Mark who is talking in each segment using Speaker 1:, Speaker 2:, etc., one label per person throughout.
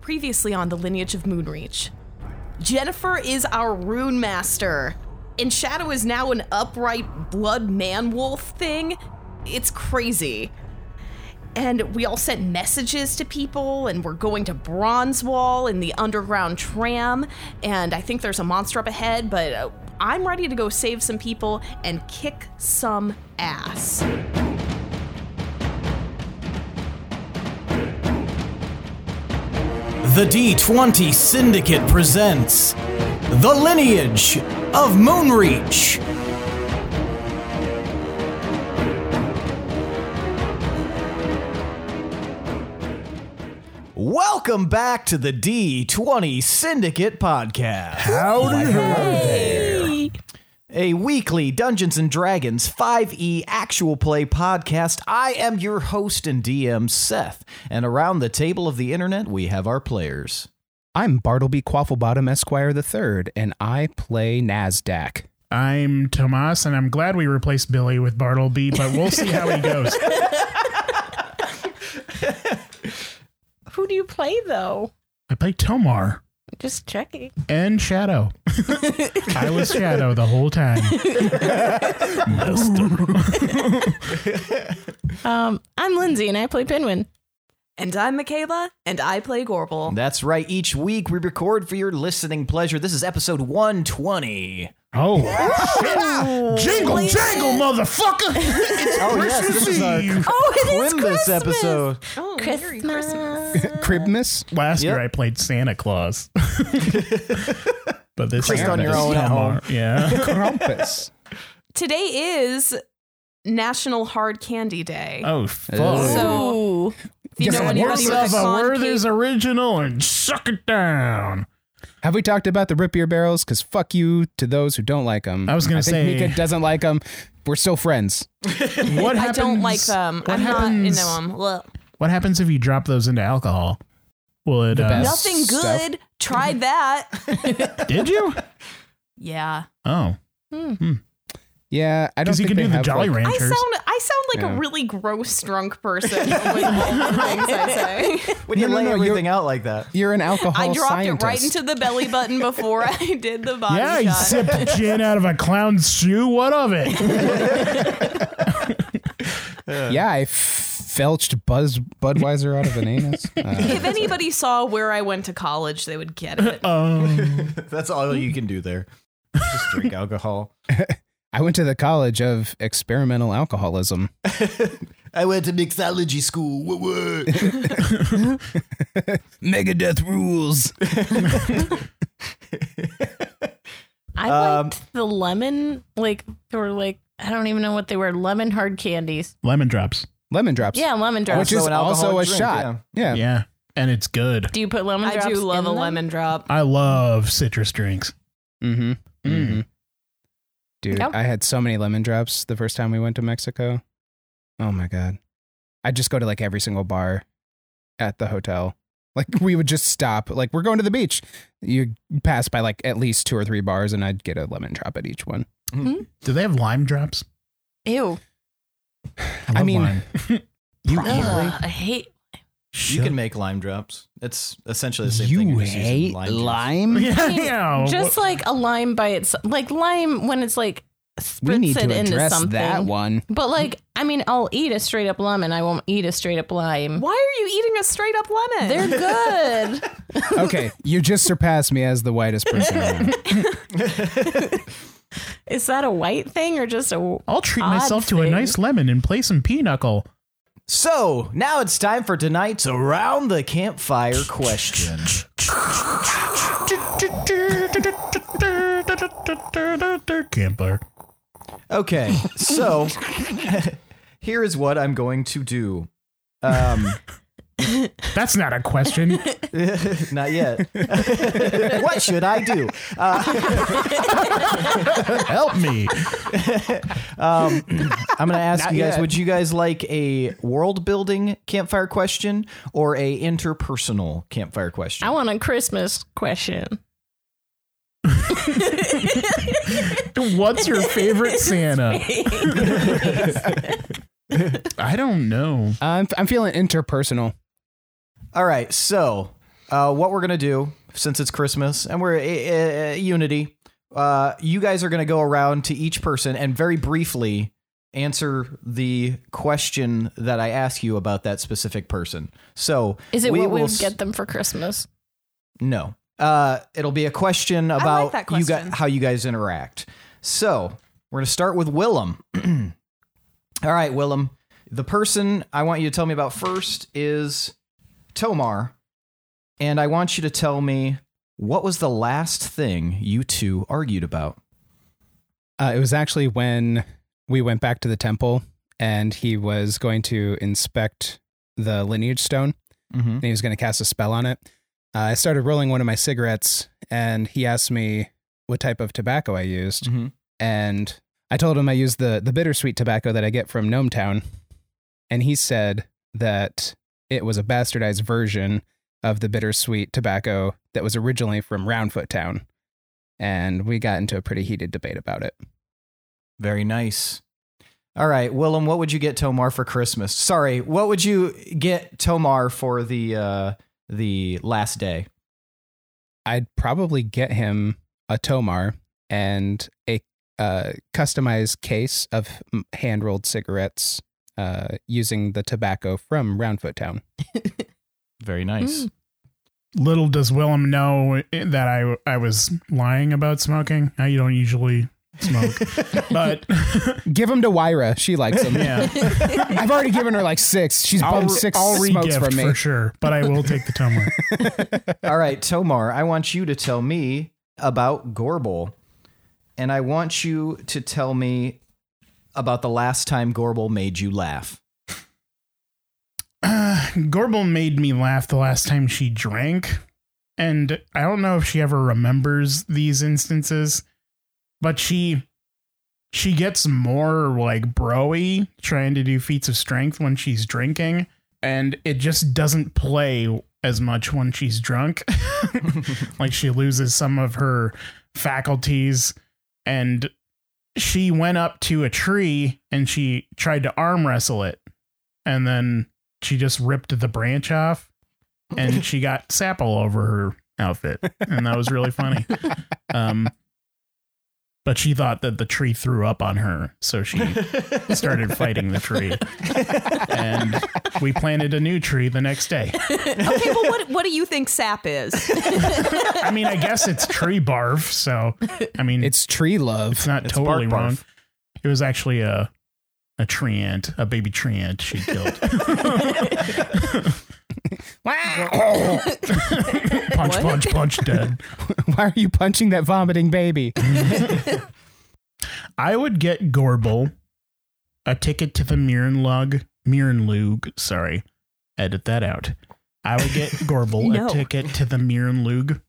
Speaker 1: previously on the lineage of Moonreach. Jennifer is our rune master, and Shadow is now an upright blood man wolf thing. It's crazy. And we all sent messages to people, and we're going to Bronze Wall in the underground tram. And I think there's a monster up ahead, but uh, I'm ready to go save some people and kick some ass.
Speaker 2: The D20 Syndicate presents The Lineage of Moonreach. Welcome back to the D20 Syndicate podcast,
Speaker 3: Howdy,
Speaker 1: Hey.
Speaker 2: a weekly Dungeons and Dragons 5e actual play podcast. I am your host and DM, Seth, and around the table of the internet, we have our players.
Speaker 4: I'm Bartleby Quafflebottom Esquire III, and I play Nasdaq.
Speaker 3: I'm Tomas, and I'm glad we replaced Billy with Bartleby, but we'll see how he goes.
Speaker 5: Who do you play though?
Speaker 3: I play Tomar
Speaker 5: Just checking.
Speaker 3: and Shadow. I was Shadow the whole time.
Speaker 5: Um, I'm Lindsay and I play Penguin.
Speaker 1: And I'm Michaela, and I play Gorbel.
Speaker 2: That's right. Each week we record for your listening pleasure. This is episode 120.
Speaker 3: Oh, shit. jingle, jangle, motherfucker! It's
Speaker 2: Oh, yes,
Speaker 3: Christmas
Speaker 2: this is our-
Speaker 3: Eve.
Speaker 5: Oh, it is
Speaker 2: Christmas episode.
Speaker 1: Oh, Merry
Speaker 5: Christmas.
Speaker 4: Cribmas?
Speaker 3: Last year
Speaker 2: Yep.
Speaker 3: I played Santa Claus, but this
Speaker 2: Just
Speaker 3: year
Speaker 2: on your
Speaker 3: it's
Speaker 2: own at
Speaker 3: Tomar.
Speaker 2: home.
Speaker 3: Yeah,
Speaker 4: Krampus.
Speaker 1: Today is National Hard Candy Day.
Speaker 3: Oh fuck.
Speaker 4: Ooh.
Speaker 1: So, if you
Speaker 4: Just
Speaker 1: know
Speaker 4: a
Speaker 1: anybody
Speaker 3: Worse
Speaker 1: with
Speaker 3: of
Speaker 1: a
Speaker 3: a uh,
Speaker 1: con
Speaker 3: Werther's
Speaker 1: cake-
Speaker 3: original and suck it down.
Speaker 4: Have we talked about the rip ear barrels? Because fuck you to those who don't like them.
Speaker 3: I was gonna say-
Speaker 4: Mika doesn't like them. We're still friends.
Speaker 3: What
Speaker 1: I
Speaker 3: happens?
Speaker 1: don't like
Speaker 5: um,
Speaker 1: them.
Speaker 3: What
Speaker 1: I'm
Speaker 3: happens?
Speaker 1: not into them.
Speaker 3: What happens if you drop those into alcohol? Well, it,
Speaker 4: The
Speaker 3: uh,
Speaker 4: best.
Speaker 1: Nothing
Speaker 4: Stuff.
Speaker 1: good. Tried that.
Speaker 3: did you?
Speaker 1: yeah.
Speaker 3: Oh,
Speaker 4: Yeah, I don't
Speaker 3: because you
Speaker 4: think
Speaker 3: can
Speaker 4: they
Speaker 3: do the
Speaker 4: have,
Speaker 3: Jolly
Speaker 4: like-
Speaker 1: I
Speaker 3: Ranchers.
Speaker 1: sound I sound like
Speaker 4: Yeah.
Speaker 1: a really gross drunk person with all the things I say.
Speaker 2: When you
Speaker 4: No, no,
Speaker 2: lay
Speaker 4: no,
Speaker 2: everything out like that.
Speaker 4: You're an alcohol
Speaker 1: I dropped
Speaker 4: scientist.
Speaker 1: it right into the belly button before I did the body
Speaker 3: yeah, you
Speaker 1: shot.
Speaker 3: sipped gin out of a clown's shoe. What of it?
Speaker 4: Yeah, I f- felched Buzz Budweiser out of an anus. Uh,
Speaker 1: if anybody saw where I went to college, they would get it.
Speaker 3: Um,
Speaker 2: That's all you can do there. Just drink alcohol.
Speaker 4: I went to the college of experimental alcoholism.
Speaker 2: I went to mixology school. What, what?
Speaker 4: Megadeth rules.
Speaker 5: I
Speaker 4: Um,
Speaker 5: liked the lemon, like they were like I don't even know what they were, lemon hard candies.
Speaker 3: lemon drops.
Speaker 4: Lemon drops.
Speaker 5: Yeah, lemon drops.
Speaker 4: Which is
Speaker 2: an
Speaker 4: also a
Speaker 2: alcoholic drink,
Speaker 4: shot. Yeah.
Speaker 3: Yeah, and it's good.
Speaker 5: do you put lemon
Speaker 1: I
Speaker 5: drops?
Speaker 1: do love
Speaker 5: in
Speaker 1: a
Speaker 5: them?
Speaker 1: lemon drop.
Speaker 3: I love citrus drinks.
Speaker 4: Mm-hmm.
Speaker 3: Mm.
Speaker 4: Mm-hmm. Dude,
Speaker 5: Yep.
Speaker 4: I had so many lemon drops the first time we went to Mexico. Oh my god. I'd just go to like every single bar at the hotel. Like we would just stop. Like we're going to the beach. You pass by like at least two or three bars and I'd get a lemon drop at each one.
Speaker 3: Do they have lime drops?
Speaker 5: Ew.
Speaker 3: I, love
Speaker 4: mean,
Speaker 3: lime.
Speaker 4: You
Speaker 5: Ugh, I hate
Speaker 2: You can make lime drops. It's essentially the same thing.
Speaker 4: You
Speaker 2: you're just using
Speaker 4: hate
Speaker 2: juice.
Speaker 4: lime?
Speaker 3: yeah, yeah.
Speaker 5: just like a lime by itself like lime when it's like spritz
Speaker 4: We need
Speaker 5: it
Speaker 4: to
Speaker 5: into
Speaker 4: address
Speaker 5: something.
Speaker 4: that one.
Speaker 5: But like, I mean, I'll eat a straight up lemon. I won't eat a straight up lime.
Speaker 1: Why are you eating a straight up lemon?
Speaker 5: They're good.
Speaker 4: Okay, you just surpassed me as the whitest person. around.
Speaker 5: Is that a white thing or just a?
Speaker 3: I'll treat
Speaker 5: Odd
Speaker 3: myself to a
Speaker 5: thing.
Speaker 3: nice lemon and play some pinochle.
Speaker 2: So now it's time for tonight's around the campfire question.
Speaker 3: Campfire.
Speaker 2: Okay, so here is what I'm going to do. Um,
Speaker 3: That's not a question.
Speaker 2: Not yet. what should I do?
Speaker 3: Help me.
Speaker 2: I'm going to ask
Speaker 4: Not
Speaker 2: you guys:
Speaker 4: yet.
Speaker 2: Would you guys like a world-building campfire question or a interpersonal campfire question?
Speaker 5: I want a Christmas question.
Speaker 3: What's your favorite Santa? I don't know.
Speaker 4: I'm, I'm feeling interpersonal.
Speaker 2: All right, so uh, what we're gonna do since it's Christmas and we're uh, uh, Unity, uh, you guys are gonna go around to each person and very briefly answer the question that I ask you about that specific person. So
Speaker 5: Is it
Speaker 2: we
Speaker 5: what we
Speaker 2: will
Speaker 5: would
Speaker 2: s-
Speaker 5: get them for Christmas?
Speaker 2: No, uh, it'll be a question about
Speaker 1: that
Speaker 2: you
Speaker 1: question.
Speaker 2: got how you guys interact. So we're gonna start with Willem. All right, Willem. The person I want you to tell me about first is Tomar. And I want you to tell me what was the last thing you two argued about?
Speaker 4: Uh, it was actually when we went back to the temple and he was going to inspect the lineage stone
Speaker 2: Mm-hmm.
Speaker 4: and he was going to cast a spell on it. Uh, I started rolling one of my cigarettes and he asked me what type of tobacco I used.
Speaker 2: Mm-hmm.
Speaker 4: And I told him I used the, the bittersweet tobacco that I get from Gnome Town. And he said that it was a bastardized version of the bittersweet tobacco that was originally from Roundfoot Town. And we got into a pretty heated debate about it.
Speaker 2: Very nice. All right, Willem, what would you get Tomar for Christmas? Sorry, what would you get Tomar for the uh, the last day?
Speaker 4: I'd probably get him a Tomar and a uh, customized case of hand rolled cigarettes uh, using the tobacco from Roundfoot Town.
Speaker 2: Very
Speaker 1: Hmm.
Speaker 2: nice.
Speaker 5: Mm.
Speaker 3: Little does Willem know that I I was lying about smoking. I don't usually smoke, but
Speaker 4: Give him to Wyra. She likes him.
Speaker 3: yeah,
Speaker 4: I've already given her like six. She's
Speaker 3: I'll,
Speaker 4: bummed six
Speaker 3: I'll
Speaker 4: smokes
Speaker 3: re-gift
Speaker 4: from me.
Speaker 3: for sure. But I will take the tumbler.
Speaker 2: All right, Tomar, I want you to tell me about Gorbel. And I want you to tell me about the last time Gorbel made you laugh.
Speaker 3: Gorbel made me laugh the last time she drank. And I don't know if she ever remembers these instances, but she she gets more like broy trying to do feats of strength when she's drinking, and it just doesn't play as much when she's drunk. like she loses some of her faculties and she went up to a tree and she tried to arm wrestle it and then she just ripped the branch off and she got sap all over her outfit and that was really funny um but she thought that the tree threw up on her so she started fighting the tree and we planted a new tree the next day
Speaker 1: Okay, well, what what do you think sap is?
Speaker 3: i mean i guess it's tree barf so i mean it's,
Speaker 4: It's tree love.
Speaker 3: not
Speaker 2: It's
Speaker 3: totally
Speaker 2: bark barf.
Speaker 3: wrong it was actually a a tree ant a baby tree ant she killed
Speaker 4: Why
Speaker 3: punch
Speaker 1: What?
Speaker 3: punch punch dead
Speaker 4: are you punching that vomiting baby?
Speaker 3: I would get Gorbel a ticket to the Mirrenlug, Mirrenlug, sorry. Edit that out. I would get Gorbel
Speaker 1: No.
Speaker 3: a ticket to the Mirrenlug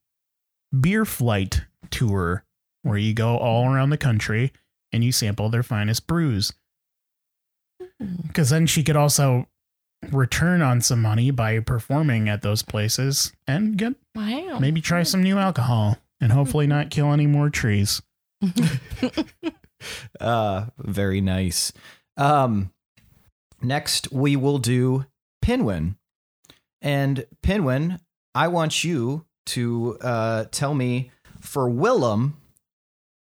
Speaker 3: beer flight tour where you go all around the country and you sample their finest brews. Cuz then she could also return on some money by performing at those places and get
Speaker 5: Wow.
Speaker 3: maybe try some new alcohol and hopefully not kill any more trees.
Speaker 2: Uh, very nice. Um, next, we will do Pinwin. And Pinwin, I want you to uh, tell me for Willem,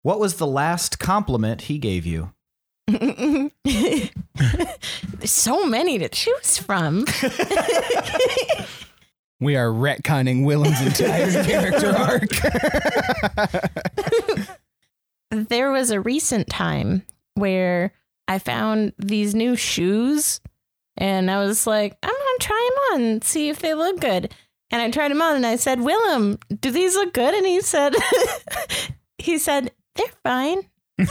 Speaker 2: what was the last compliment he gave you?
Speaker 5: There's so many to choose from.
Speaker 4: We are retconning Willem's entire character arc.
Speaker 5: there was a recent time where I found these new shoes and I was like, I'm gonna try them on, see if they look good. And I tried them on and I said, Willem, do these look good? And he said, he said, they're fine.
Speaker 3: and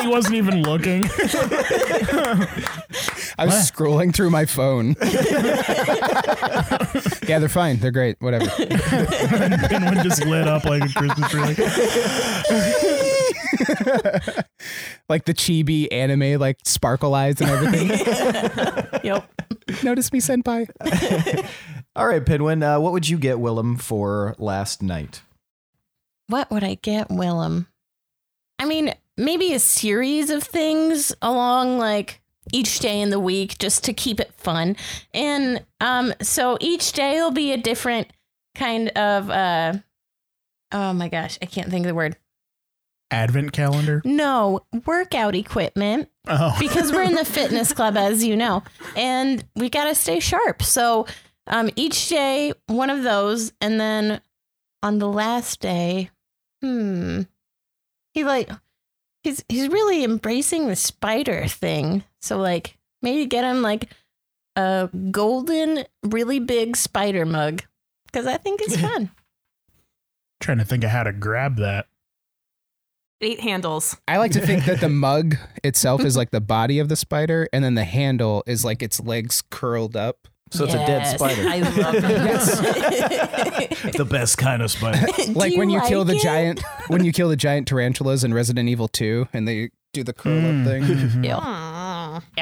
Speaker 3: he wasn't even looking.
Speaker 4: I was scrolling through my phone. yeah, they're fine. They're great. Whatever.
Speaker 3: Penguin just lit up like a Christmas tree. Like,
Speaker 4: like the chibi anime, like sparkle eyes and everything.
Speaker 5: Yep.
Speaker 4: Notice me, senpai.
Speaker 2: All right, Pinwin, uh, what would you get Willem for last night?
Speaker 5: What would I get, Willem? I mean, maybe a series of things along like each day in the week just to keep it fun. And um, so each day will be a different kind of uh, oh my gosh, I can't think of the word.
Speaker 3: Advent calendar.
Speaker 5: No, workout equipment
Speaker 3: Oh,
Speaker 5: because we're in the fitness club, as you know, and we got to stay sharp. So um, each day, one of those. And then on the last day, hmm, he like, he's, he's really embracing the spider thing. So, like, maybe get him like a golden, really big spider mug because I think it's fun.
Speaker 3: trying to think of how to grab that.
Speaker 6: Eight handles.
Speaker 4: I like to think that the mug itself is like the body of the spider, and then the handle is like its legs curled up.
Speaker 2: So it's a dead
Speaker 5: Yes,
Speaker 2: spider.
Speaker 5: I love it.
Speaker 7: the best kind of spider.
Speaker 5: Do
Speaker 4: like when you kill the
Speaker 5: it?
Speaker 4: giant when you kill the giant tarantulas in Resident Evil 2 and they do the curl
Speaker 3: Hmm.
Speaker 4: up thing.
Speaker 5: Yeah. Oh.
Speaker 6: Hmm.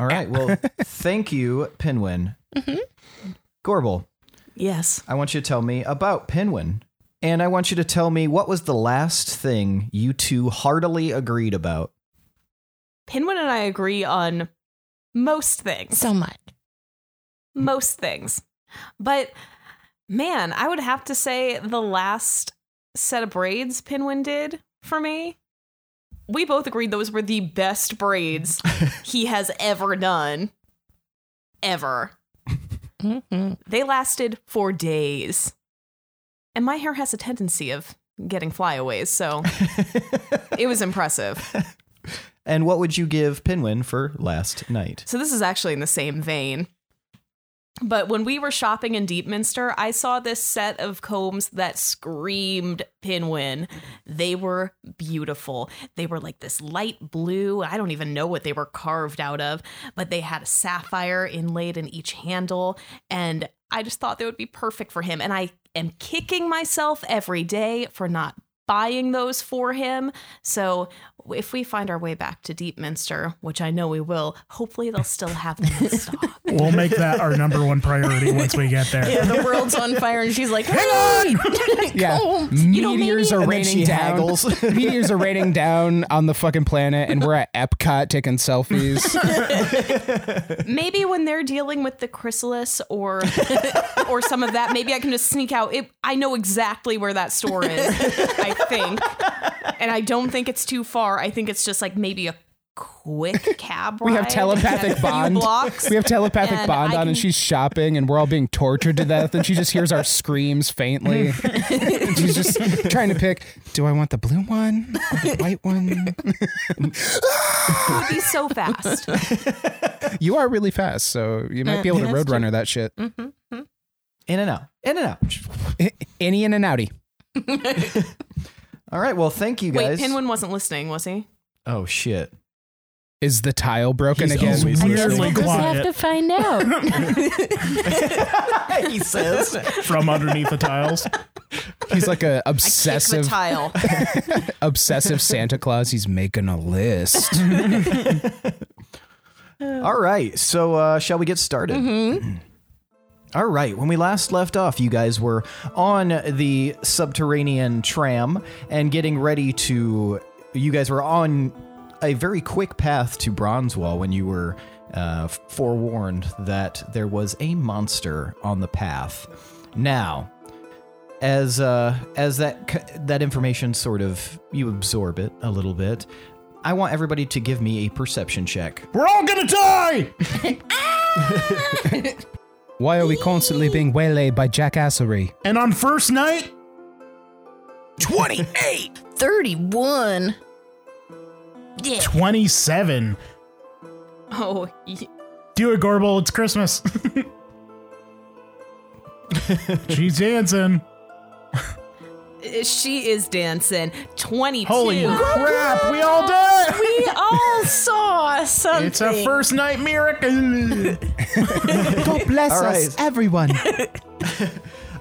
Speaker 2: All right. Well, thank you, Pinwin.
Speaker 6: Mm-hmm.
Speaker 2: Gorble,
Speaker 6: Yes.
Speaker 2: I want you to tell me about Pinwin. And I want you to tell me what was the last thing you two heartily agreed about.
Speaker 6: Pinwin and I agree on most things.
Speaker 5: So much.
Speaker 6: most things. But man, I would have to say the last set of braids Pinwin did for me. We both agreed those were the best braids he has ever done. Ever.
Speaker 5: Mm-hmm.
Speaker 6: They lasted for days. And my hair has a tendency of getting flyaways, so it was impressive.
Speaker 2: And what would you give Pinwin for last night?
Speaker 6: So this is actually in the same vein. But when we were shopping in Deepminster, I saw this set of combs that screamed Pinwin. They were beautiful. They were like this light blue. I don't even know what they were carved out of, but they had a sapphire inlaid in each handle. And I just thought they would be perfect for him. And I am kicking myself every day for not buying those for him. So if we find our way back to Deepminster, which I know we will, hopefully they'll still have them in stock.
Speaker 3: We'll make that our number one priority once we get there.
Speaker 5: Yeah, the world's on fire, and she's like, "Hang on,
Speaker 4: Yeah. Meteors are
Speaker 2: And then she
Speaker 4: raining down.
Speaker 2: haggles.
Speaker 4: Meteors are raining down on the fucking planet and we're at Epcot taking selfies.
Speaker 6: maybe when they're dealing with the chrysalis or or some of that, maybe I can just sneak out. It, I know exactly where that store is. I think, and I don't think it's too far. I think it's just like maybe a quick cab ride.
Speaker 4: We have
Speaker 6: and a
Speaker 4: telepathic
Speaker 6: few
Speaker 4: bond.
Speaker 6: Blocks.
Speaker 4: We have telepathic
Speaker 6: And
Speaker 4: bond
Speaker 6: I
Speaker 4: on and
Speaker 6: can-
Speaker 4: she's shopping and we're all being tortured to death and she just hears our screams faintly. And she's just trying to pick, do I want the blue one? Or the white one?
Speaker 6: it would be so fast.
Speaker 4: You are really fast, so you
Speaker 6: Uh,
Speaker 4: might be able to roadrunner that shit.
Speaker 6: Mm.
Speaker 2: In and out. In and out.
Speaker 4: Any in and outie.
Speaker 2: All right. Well, thank you
Speaker 6: Wait,
Speaker 2: guys.
Speaker 6: Pinwin wasn't listening, was he?
Speaker 2: Oh, shit.
Speaker 4: Is the tile broken again?
Speaker 7: always
Speaker 5: I guess
Speaker 7: listening.
Speaker 5: we'll
Speaker 3: Weirdly
Speaker 5: just
Speaker 3: quiet
Speaker 5: have to find out.
Speaker 2: he says.
Speaker 3: from underneath the tiles.
Speaker 4: He's like a
Speaker 6: Kick the
Speaker 4: obsessive
Speaker 6: tile.
Speaker 4: obsessive Santa Claus. He's making a list.
Speaker 2: All right. So, uh, shall we get started? All right. When we last left off, you guys were on the subterranean tram and getting ready to. You guys were on a very quick path to Bronzewall when you were uh, forewarned that there was a monster on the path. Now, as uh, as that c- that information sort of you absorb it a little bit, I want everybody to give me a perception check.
Speaker 3: We're all gonna die.
Speaker 4: Why are we constantly being waylaid by jackassery?
Speaker 3: And on first night,
Speaker 5: 31. Yeah.
Speaker 3: twenty-seven.
Speaker 6: Oh, y-
Speaker 3: Do it, Gorbel. It's Christmas. She's dancing.
Speaker 6: she is dancing. Twenty-two.
Speaker 3: Holy crap! We all did.
Speaker 5: We all saw something.
Speaker 3: It's a first night miracle.
Speaker 4: God bless
Speaker 2: All
Speaker 4: us,
Speaker 2: right.
Speaker 4: everyone.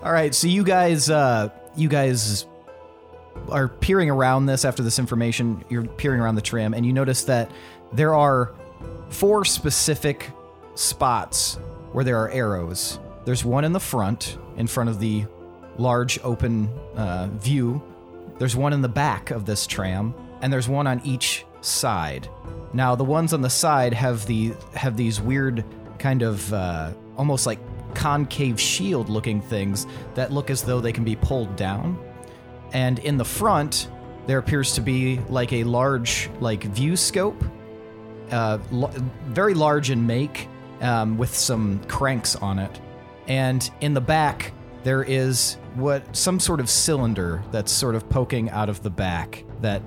Speaker 2: All right, so you guys, uh, you guys are peering around this after this information. You're peering around the tram, and you notice that there are four specific spots where there are arrows. There's one in the front, in front of the large open uh, view. There's one in the back of this tram, and there's one on each side. Now the ones on the side have the have these weird kind of uh, almost like concave shield looking things that look as though they can be pulled down. And in the front, there appears to be like a large like view scope, uh, l- very large in make, um, with some cranks on it. And in the back, there is what some sort of cylinder that's sort of poking out of the back that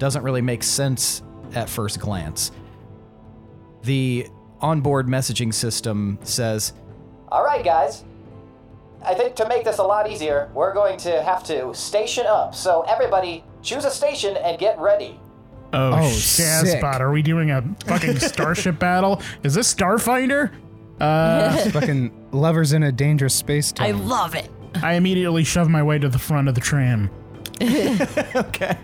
Speaker 2: doesn't really make sense at first glance. The onboard messaging system says, "All right, guys, I think to make this a lot easier, we're going to have to station up. So everybody, choose a station and get ready."
Speaker 3: Oh,
Speaker 4: Oh, sick.
Speaker 3: Shazbot, are we doing a fucking starship battle? Is this Starfinder? Uh,
Speaker 4: Fucking lovers in a dangerous space
Speaker 5: I
Speaker 4: time.
Speaker 5: love it.
Speaker 3: I immediately shove my way to the front of the tram.
Speaker 2: okay.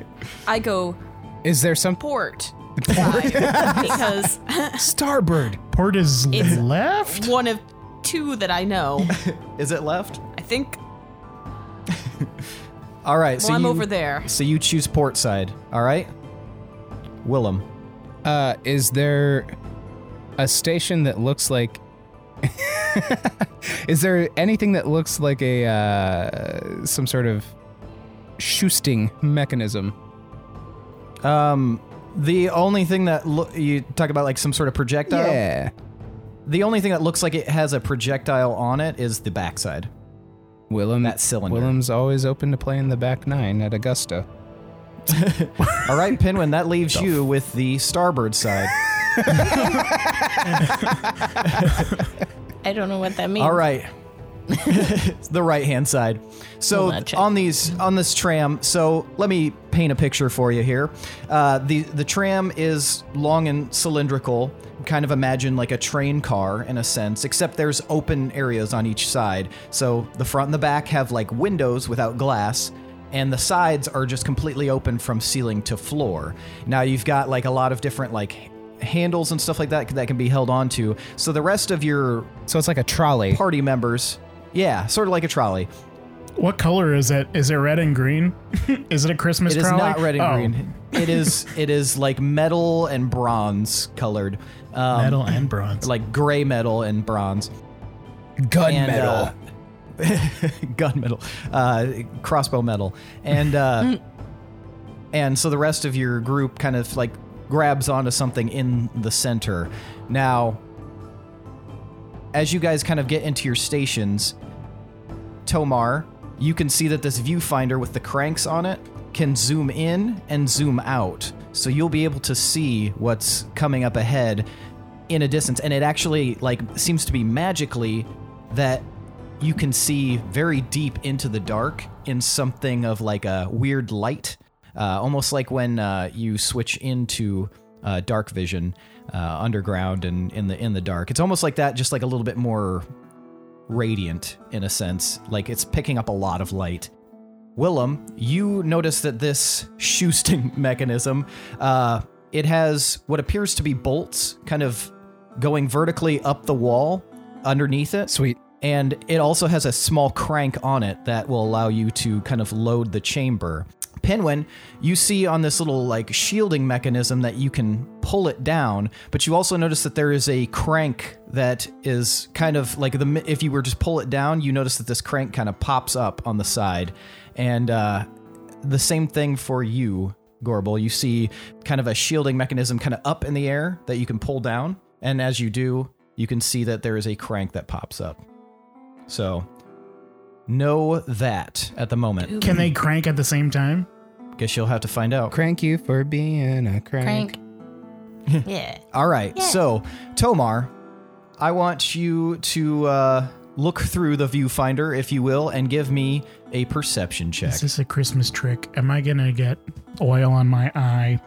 Speaker 1: I go
Speaker 4: Is there some
Speaker 1: port. side, because
Speaker 4: Starbird?
Speaker 3: Port is
Speaker 1: It's-
Speaker 3: left?
Speaker 1: one of two that I know.
Speaker 2: Is it left?
Speaker 1: I think
Speaker 2: All right.
Speaker 1: well,
Speaker 2: so
Speaker 1: I'm
Speaker 2: you,
Speaker 1: over there.
Speaker 2: So you choose port side. All right. Willem.
Speaker 4: Uh, is there a station that looks like? is there anything that looks like a uh, some sort of shoosting mechanism?
Speaker 2: Um, the only thing that lo- you talk about, like some sort of projectile.
Speaker 4: Yeah.
Speaker 2: The only thing that looks like it has a projectile on it is the backside.
Speaker 4: Willem,
Speaker 2: That cylinder.
Speaker 4: Willem's always open to playing the back nine at Augusta.
Speaker 2: All right, Pinwin, that leaves you with the starboard side.
Speaker 5: I don't know what that means.
Speaker 2: All right. the right hand side. So
Speaker 5: Hold on, check.
Speaker 2: on these on this tram, so let me paint a picture for you here. Uh, the the tram is long and cylindrical. Kind of imagine like a train car in a sense, except there's open areas on each side. So the front and the back have like windows without glass, and the sides are just completely open from ceiling to floor. Now you've got like a lot of different like handles and stuff like that that can be held onto. So the rest of your
Speaker 4: So it's like a trolley.
Speaker 2: party members. Yeah, sort of like a trolley.
Speaker 3: What color is it? Is it red and green? is it a Christmas
Speaker 2: It is
Speaker 3: trolley?
Speaker 2: not red and
Speaker 3: Oh,
Speaker 2: green. It is it is like metal and bronze colored, um,
Speaker 3: Metal and bronze.
Speaker 2: like gray metal and bronze
Speaker 4: Gunmetal.
Speaker 2: and uh, gun metal, uh, crossbow metal, and uh, and so the rest of your group kind of like grabs onto something in the center. Now, as you guys kind of get into your stations, Tomar, you can see that this viewfinder with the cranks on it can zoom in and zoom out. So you'll be able to see what's coming up ahead in a distance. And it actually like seems to be magically that you can see very deep into the dark in something of like a weird light. Uh, almost like when uh, you switch into uh, dark vision uh, underground and in the in the dark. It's almost like that, just like a little bit more radiant in a sense. Like it's picking up a lot of light. Willem, you notice that this shoesting mechanism, uh, it has what appears to be bolts kind of going vertically up the wall underneath it.
Speaker 4: Sweet.
Speaker 2: And it also has a small crank on it that will allow you to kind of load the chamber. Pinwin, you see on this little like shielding mechanism that you can pull it down, but you also notice that there is a crank that is kind of like the mi- if you were just pull it down, you notice that this crank kind of pops up on the side, and uh, the same thing for you, Gorbel. You see kind of a shielding mechanism kind of up in the air that you can pull down, and as you do, you can see that there is a crank that pops up. So know that at the moment.
Speaker 3: Can they crank at the same time?
Speaker 2: Guess you'll have to find out.
Speaker 4: Crank you for being a crank.
Speaker 5: Crank. yeah.
Speaker 2: All right.
Speaker 5: Yeah.
Speaker 2: So, Tomar, I want you to uh, look through the viewfinder, if you will, and give me a perception check.
Speaker 3: Is this a Christmas trick? Am I gonna get oil on my eye?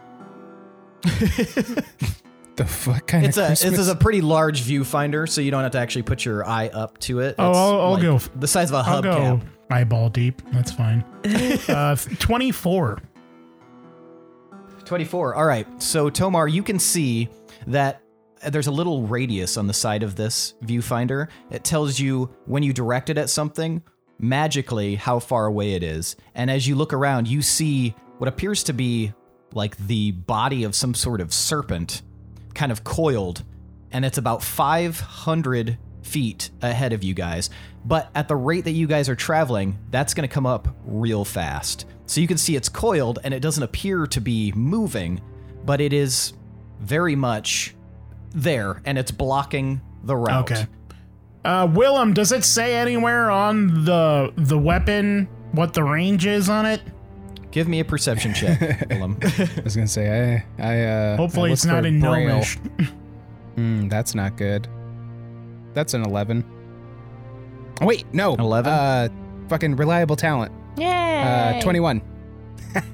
Speaker 4: The fuck kind
Speaker 2: It's
Speaker 4: of
Speaker 2: a this
Speaker 4: Christmas-
Speaker 2: is a pretty large viewfinder, so you don't have to actually put your eye up to it.
Speaker 3: Oh,
Speaker 2: It's
Speaker 3: I'll- I'll
Speaker 2: like
Speaker 3: go.
Speaker 2: the size of a
Speaker 3: I'll go
Speaker 2: hubcap.
Speaker 3: eyeball deep. That's fine. uh, Twenty-four.
Speaker 2: Twenty-four. All right. So Tomar, you can see that there's a little radius on the side of this viewfinder. It tells you when you direct it at something, magically how far away it is. And as you look around, you see what appears to be like the body of some sort of serpent, kind of coiled, and it's about 500 feet ahead of you guys. But at the rate that you guys are traveling, that's going to come up real fast. So you can see it's coiled and it doesn't appear to be moving, but it is very much there and it's blocking the route.
Speaker 3: Okay. Uh, Willem, does it say anywhere on the the weapon what the range is on it?
Speaker 2: Give me a perception check, Willem.
Speaker 4: I was gonna say I I uh
Speaker 3: Hopefully,
Speaker 4: I
Speaker 3: it's
Speaker 4: looked
Speaker 3: not
Speaker 4: for
Speaker 3: in
Speaker 4: Braille.
Speaker 3: gnomish.
Speaker 4: Mm, that's not good. That's an eleven. Oh, wait, no.
Speaker 2: 11?
Speaker 4: Uh fucking reliable talent.
Speaker 5: Yay.
Speaker 4: Uh twenty one.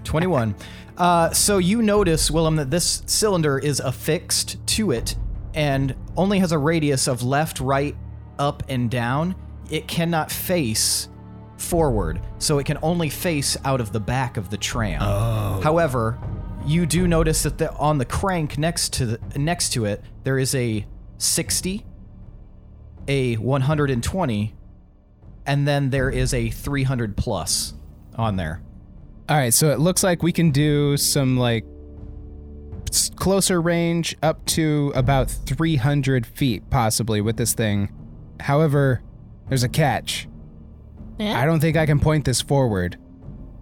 Speaker 2: 21. Uh, so you notice, Willem, that this cylinder is affixed to it and only has a radius of left, right, up, and down. It cannot face forward, so it can only face out of the back of the tram. However, you do notice that the, on the crank next to the, next to it, there is a 60, a 120, and then there is a 300 plus on there.
Speaker 4: Alright, so it looks like we can do some like s- closer range up to about three hundred feet possibly with this thing. However, there's a catch.
Speaker 5: Yeah.
Speaker 4: I don't think I can point this forward.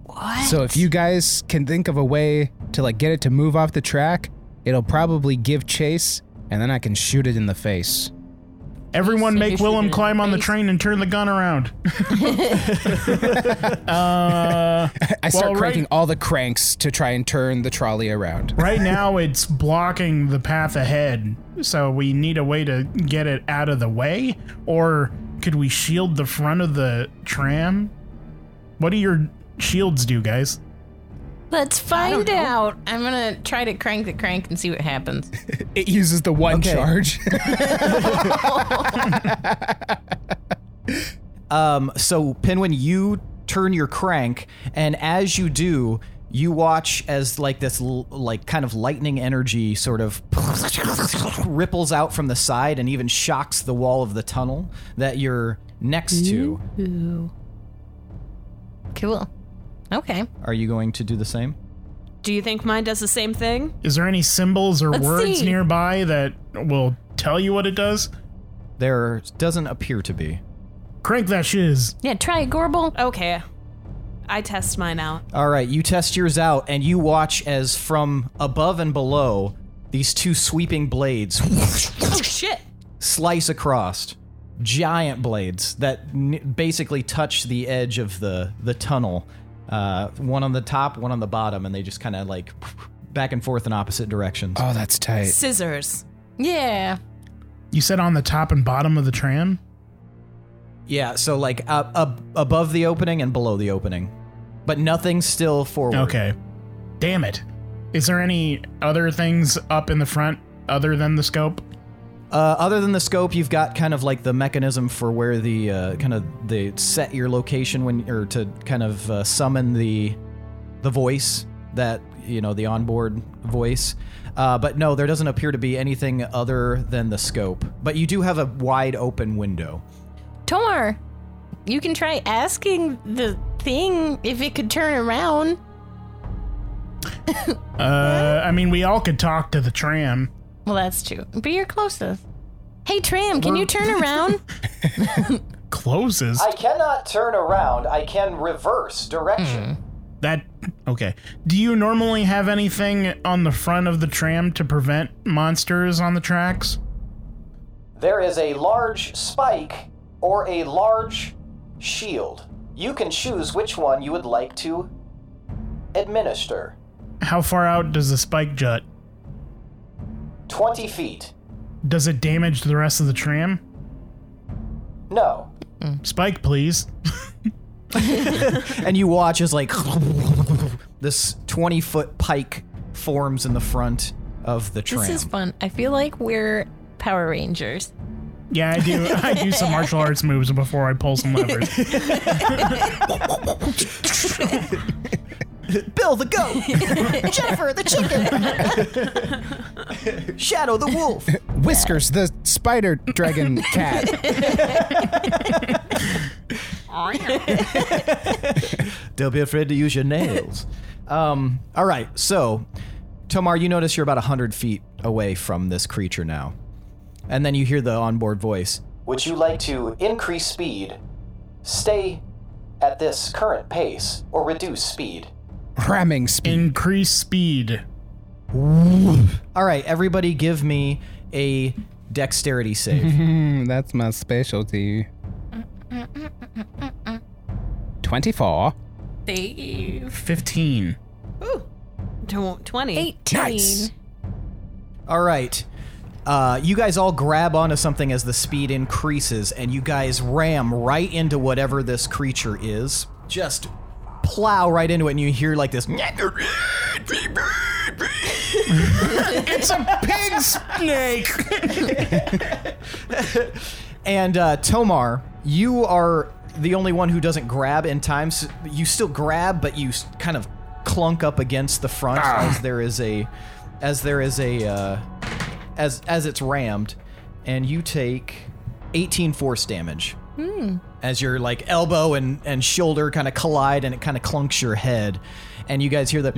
Speaker 5: What?
Speaker 4: So if you guys can think of a way to like get it to move off the track, it'll probably give chase, and then I can shoot it in the face.
Speaker 3: Everyone,
Speaker 5: So
Speaker 3: make
Speaker 5: you should
Speaker 3: Willem
Speaker 5: do it
Speaker 3: climb on the
Speaker 5: face.
Speaker 3: train and turn the gun around. uh,
Speaker 4: I start
Speaker 3: Well, right-
Speaker 4: cranking all the cranks to try and turn the trolley around.
Speaker 3: right now, it's blocking the path ahead, so we need a way to get it out of the way. Or could we shield the front of the tram? What do your shields do, guys?
Speaker 5: Let's find out. I'm gonna try to crank the crank and see what happens.
Speaker 4: It uses the one charge.
Speaker 2: Um, so Penguin, you turn your crank, and as you do, you watch as like this l- like kind of lightning energy sort of ripples out from the side and even shocks the wall of the tunnel that you're next to.
Speaker 5: Mm-hmm. Cool. Okay.
Speaker 2: Are you going to do the same?
Speaker 1: Do you think mine does the same thing?
Speaker 3: Is there any symbols or
Speaker 1: Let's
Speaker 3: words
Speaker 1: see.
Speaker 3: nearby that will tell you what it does?
Speaker 2: There doesn't appear to be.
Speaker 3: Crank that shiz.
Speaker 5: Yeah, try it, Gorble.
Speaker 1: Okay. I test mine out.
Speaker 2: All right, you test yours out, and you watch as from above and below, these two sweeping blades
Speaker 1: Oh shit.
Speaker 2: slice across giant blades that n- basically touch the edge of the the tunnel uh, one on the top one on the bottom and they just kind of like back and forth in opposite directions
Speaker 4: oh, that's tight.
Speaker 1: Scissors.
Speaker 5: Yeah.
Speaker 3: You said on the top and bottom of the tram?
Speaker 2: yeah so like up, up above the opening and below the opening but nothing still forward
Speaker 3: Okay. Damn it. Is there any other things up in the front other than the scope?
Speaker 2: Uh, other than the scope, you've got kind of like the mechanism for where the uh, kind of the set your location when or to kind of uh, summon the the voice that you know the onboard voice. Uh, but no, there doesn't appear to be anything other than the scope. But you do have a wide open window.
Speaker 5: Tomar, you can try asking the thing if it could turn around.
Speaker 3: Uh, I mean, we all could talk to the tram.
Speaker 5: Well, that's true. But you're closest. Hey, Tram, can you turn around?
Speaker 3: Closest.
Speaker 2: cannot turn around. I can reverse direction.
Speaker 3: That. Okay. Do you normally have anything on the front of the tram to prevent monsters on the tracks?
Speaker 2: There is a large spike or a large shield. You can choose which one you would like to administer.
Speaker 3: How far out does the spike jut?
Speaker 2: 20 feet.
Speaker 3: Does it damage the rest of the tram?
Speaker 2: No.
Speaker 3: Spike, please.
Speaker 2: And you watch as, like, this 20 foot pike forms in the front of the tram.
Speaker 5: this is fun. I feel like we're Power Rangers.
Speaker 3: Yeah, I do. I do some martial arts moves before I pull some levers.
Speaker 2: Bill the goat! Jennifer the chicken! Shadow the wolf!
Speaker 4: Whiskers, the spider dragon cat.
Speaker 2: Don't be afraid to use your nails. Um, all right, so Tomar, you notice you're about 100 feet away from this creature now. And then you hear the onboard voice Would you like to increase speed, stay at this current pace, or reduce speed?
Speaker 4: Cramming speed.
Speaker 3: Increase speed.
Speaker 2: All right, everybody give me a dexterity save.
Speaker 4: Mm, that's my specialty. 24.
Speaker 5: Dave.
Speaker 3: 15.
Speaker 1: Ooh. Tw- 20.
Speaker 5: 18.
Speaker 2: All right. Uh, you guys all grab onto something as the speed increases, and you guys ram right into whatever this creature is. Just plow right into it, and you hear like this.
Speaker 3: It's a pig snake.
Speaker 2: And uh, Tomar, you are the only one who doesn't grab in time. So you still grab, but you s- kind of clunk up against the front as there is a, as there is a, uh, as as it's rammed, and you take 18 force damage. As your like elbow and and shoulder kind of collide, and it kind of clunks your head, and you guys hear that.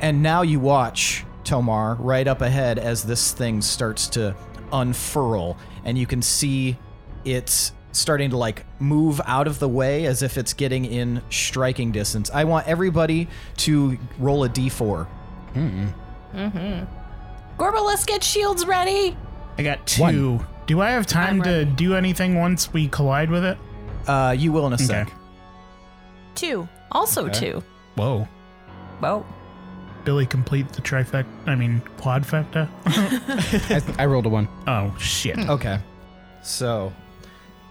Speaker 2: And now you watch Tomar right up ahead as this thing starts to unfurl, and you can see it's starting to like move out of the way as if it's getting in striking distance. I want everybody to roll a d4.
Speaker 5: Gorba, let's get shields ready.
Speaker 3: I got two.
Speaker 4: One.
Speaker 3: Do I have time
Speaker 5: I'm
Speaker 3: to do anything once we collide with it?
Speaker 2: Uh, you will in a sec.
Speaker 5: Two. Also two.
Speaker 3: Whoa.
Speaker 5: Well,
Speaker 3: Billy complete the trifecta. I mean, quadfecta.
Speaker 4: I, I rolled a 1.
Speaker 3: oh shit.
Speaker 2: Okay. So,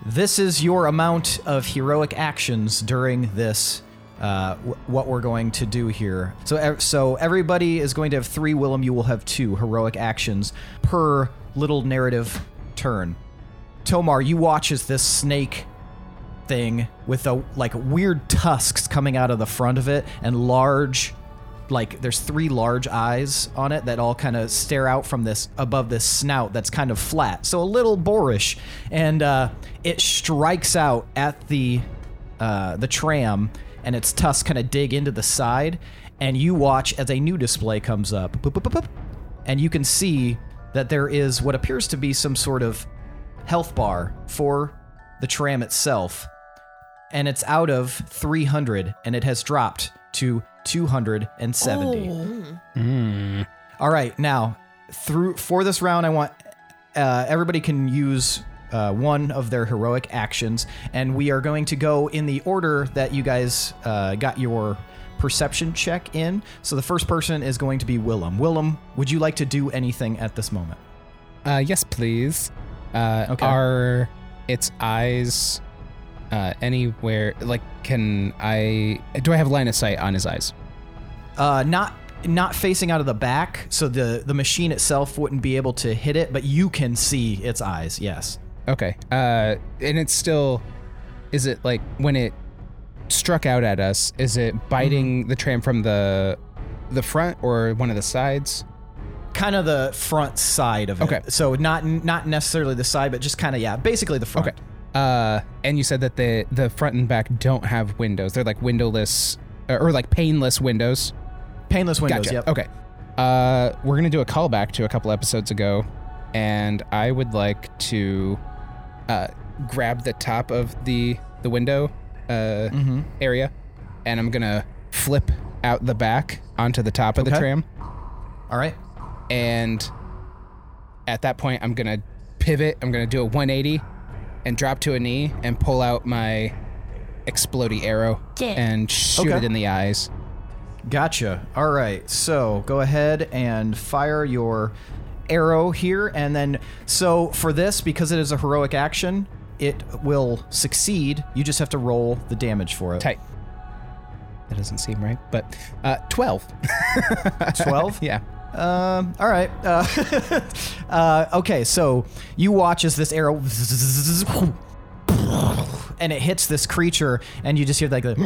Speaker 2: this is your amount of heroic actions during this. Uh, w- what we're going to do here. So, ev- so everybody is going to have three. Willem, you will have two heroic actions per little narrative turn. Tomar, you watch as this snake thing with the like weird tusks coming out of the front of it and large like there's three large eyes on it that all kind of stare out from this above this snout that's kind of flat so a little boorish and uh, it strikes out at the uh, the tram and its tusks kind of dig into the side and you watch as a new display comes up Boop, boop, boop, boop. and you can see that there is what appears to be some sort of health bar for the tram itself, and it's out of 300, and it has dropped to 270. Hmm. All right, now through for this round, I want uh, everybody can use uh, one of their heroic actions, and we are going to go in the order that you guys uh, got your perception check in. So the first person is going to be Willem. Willem, would you like to do anything at this moment?
Speaker 4: Uh, yes, please. Uh,
Speaker 2: Okay.
Speaker 4: Are its eyes uh, anywhere? Like, can I. Do I have line of sight on his eyes?
Speaker 2: uh, not not facing out of the back, so the the machine itself wouldn't be able to hit it, but you can see its eyes. Yes.
Speaker 4: Okay. Uh, and it's still. Is it like when it struck out at us? Is it biting the tram from the the front or one of the sides?
Speaker 2: Kind of the front side of it.
Speaker 4: Okay.
Speaker 2: So not not necessarily the side, but just kind of yeah, basically the front.
Speaker 4: Okay. Uh, and you said that the the front and back don't have windows. They're like windowless or, or like paneless windows.
Speaker 2: Painless windows.
Speaker 4: Gotcha.
Speaker 2: Yep.
Speaker 4: Okay. Uh, we're gonna do a callback to a couple episodes ago, and I would like to uh, grab the top of the the window uh,
Speaker 2: Mm-hmm.
Speaker 4: area, and I'm gonna flip out the back onto the top of the
Speaker 2: Okay.
Speaker 4: tram,
Speaker 2: All right.
Speaker 4: and at that point, I'm gonna pivot. I'm gonna do a 180 and drop to a knee and pull out my explodey arrow
Speaker 5: Yeah.
Speaker 4: and shoot
Speaker 2: Okay.
Speaker 4: it in the eyes.
Speaker 2: Gotcha. All right. So go ahead and fire your arrow here. And then, so for this, because it is a heroic action, it will succeed. You just have to roll the damage for it.
Speaker 4: Tight. That doesn't seem right, but uh, 12.
Speaker 2: 12?
Speaker 4: yeah.
Speaker 2: Um, all right. Uh, uh, okay, so you watch as this arrow and it hits this creature, and you just hear like the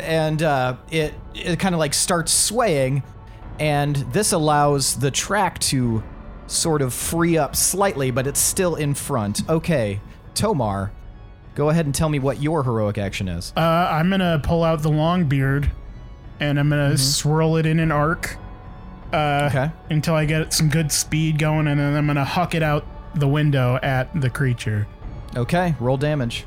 Speaker 2: and uh, it it kind of like starts swaying, and this allows the track to sort of free up slightly, but it's still in front. Okay, Tomar, go ahead and tell me what your heroic action is.
Speaker 3: Uh, I'm gonna pull out the long beard and I'm gonna swirl it in an arc uh,
Speaker 2: Okay.
Speaker 3: until I get some good speed going, and then I'm gonna huck it out the window at the creature.
Speaker 2: Okay. Roll damage.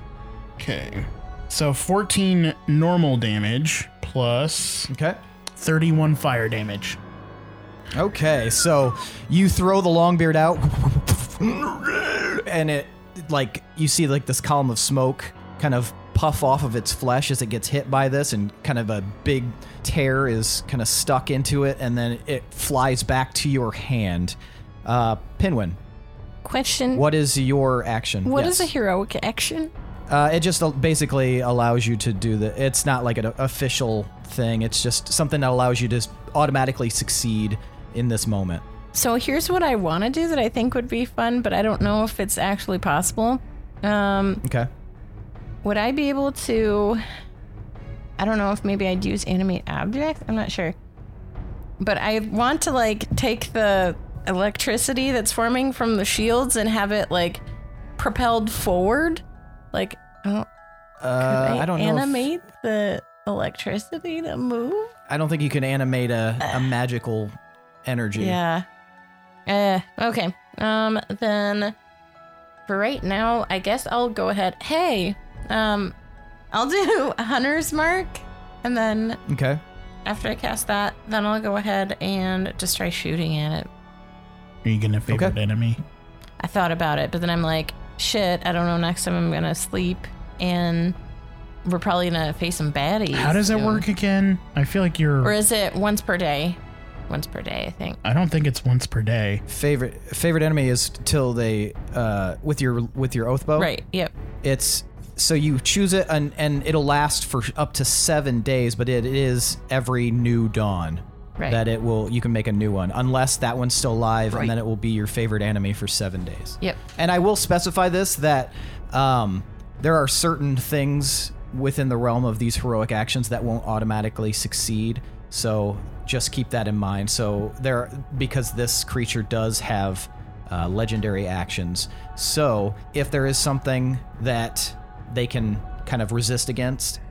Speaker 3: Okay. So 14 normal damage plus
Speaker 2: Okay.
Speaker 3: 31 fire damage.
Speaker 2: Okay. So you throw the long beard out, and it like you see like this column of smoke kind of puff off of its flesh as it gets hit by this, and kind of a big tear is kind of stuck into it, and then it flies back to your hand. Uh, Pinwin,
Speaker 5: Question
Speaker 2: what is your action?
Speaker 5: What is
Speaker 2: Yes.
Speaker 5: a heroic action?
Speaker 2: Uh, it just al- basically allows you to do the. It's not like an o- official thing. It's just something that allows you to s- automatically succeed in this moment.
Speaker 5: So here's what I want to do that I think would be fun, but I don't know if it's actually possible. Um,
Speaker 2: Okay.
Speaker 5: would I be able to? I don't know if maybe I'd use animate objects. I'm not sure. But I want to like take the electricity that's forming from the shields and have it like propelled forward. Like I don't,
Speaker 2: Uh, I don't know. if-
Speaker 5: animate the electricity to move.
Speaker 2: I don't think you can animate a, a magical energy.
Speaker 5: Yeah. Uh, okay. Um, then for right now, I guess I'll go ahead. Hey, um, I'll do a Hunter's Mark, and then
Speaker 2: Okay.
Speaker 5: after I cast that, then I'll go ahead and just try shooting at it.
Speaker 3: Are you gonna favorite
Speaker 2: Okay.
Speaker 3: enemy?
Speaker 5: I thought about it, but then I'm like, shit, I don't know. Next time I'm gonna sleep, and we're probably gonna face some baddies.
Speaker 3: How does that
Speaker 5: soon.
Speaker 3: work again? I feel like you're.
Speaker 5: Or is it once per day? Once per day, I think.
Speaker 3: I don't think it's once per day.
Speaker 2: Favorite favorite enemy is till they uh with your with your oath bow.
Speaker 5: Right. Yep.
Speaker 2: It's so you choose it and and it'll last for up to seven days, but it is every new dawn.
Speaker 5: Right.
Speaker 2: That it will you can make a new one unless that one's still alive
Speaker 6: Right.
Speaker 2: and then it will be your favorite enemy for seven days.
Speaker 5: Yep.
Speaker 2: And I will specify this that um, there are certain things within the realm of these heroic actions that won't automatically succeed. So just keep that in mind. So there, because this creature does have uh, legendary actions. So if there is something that they can kind of resist against,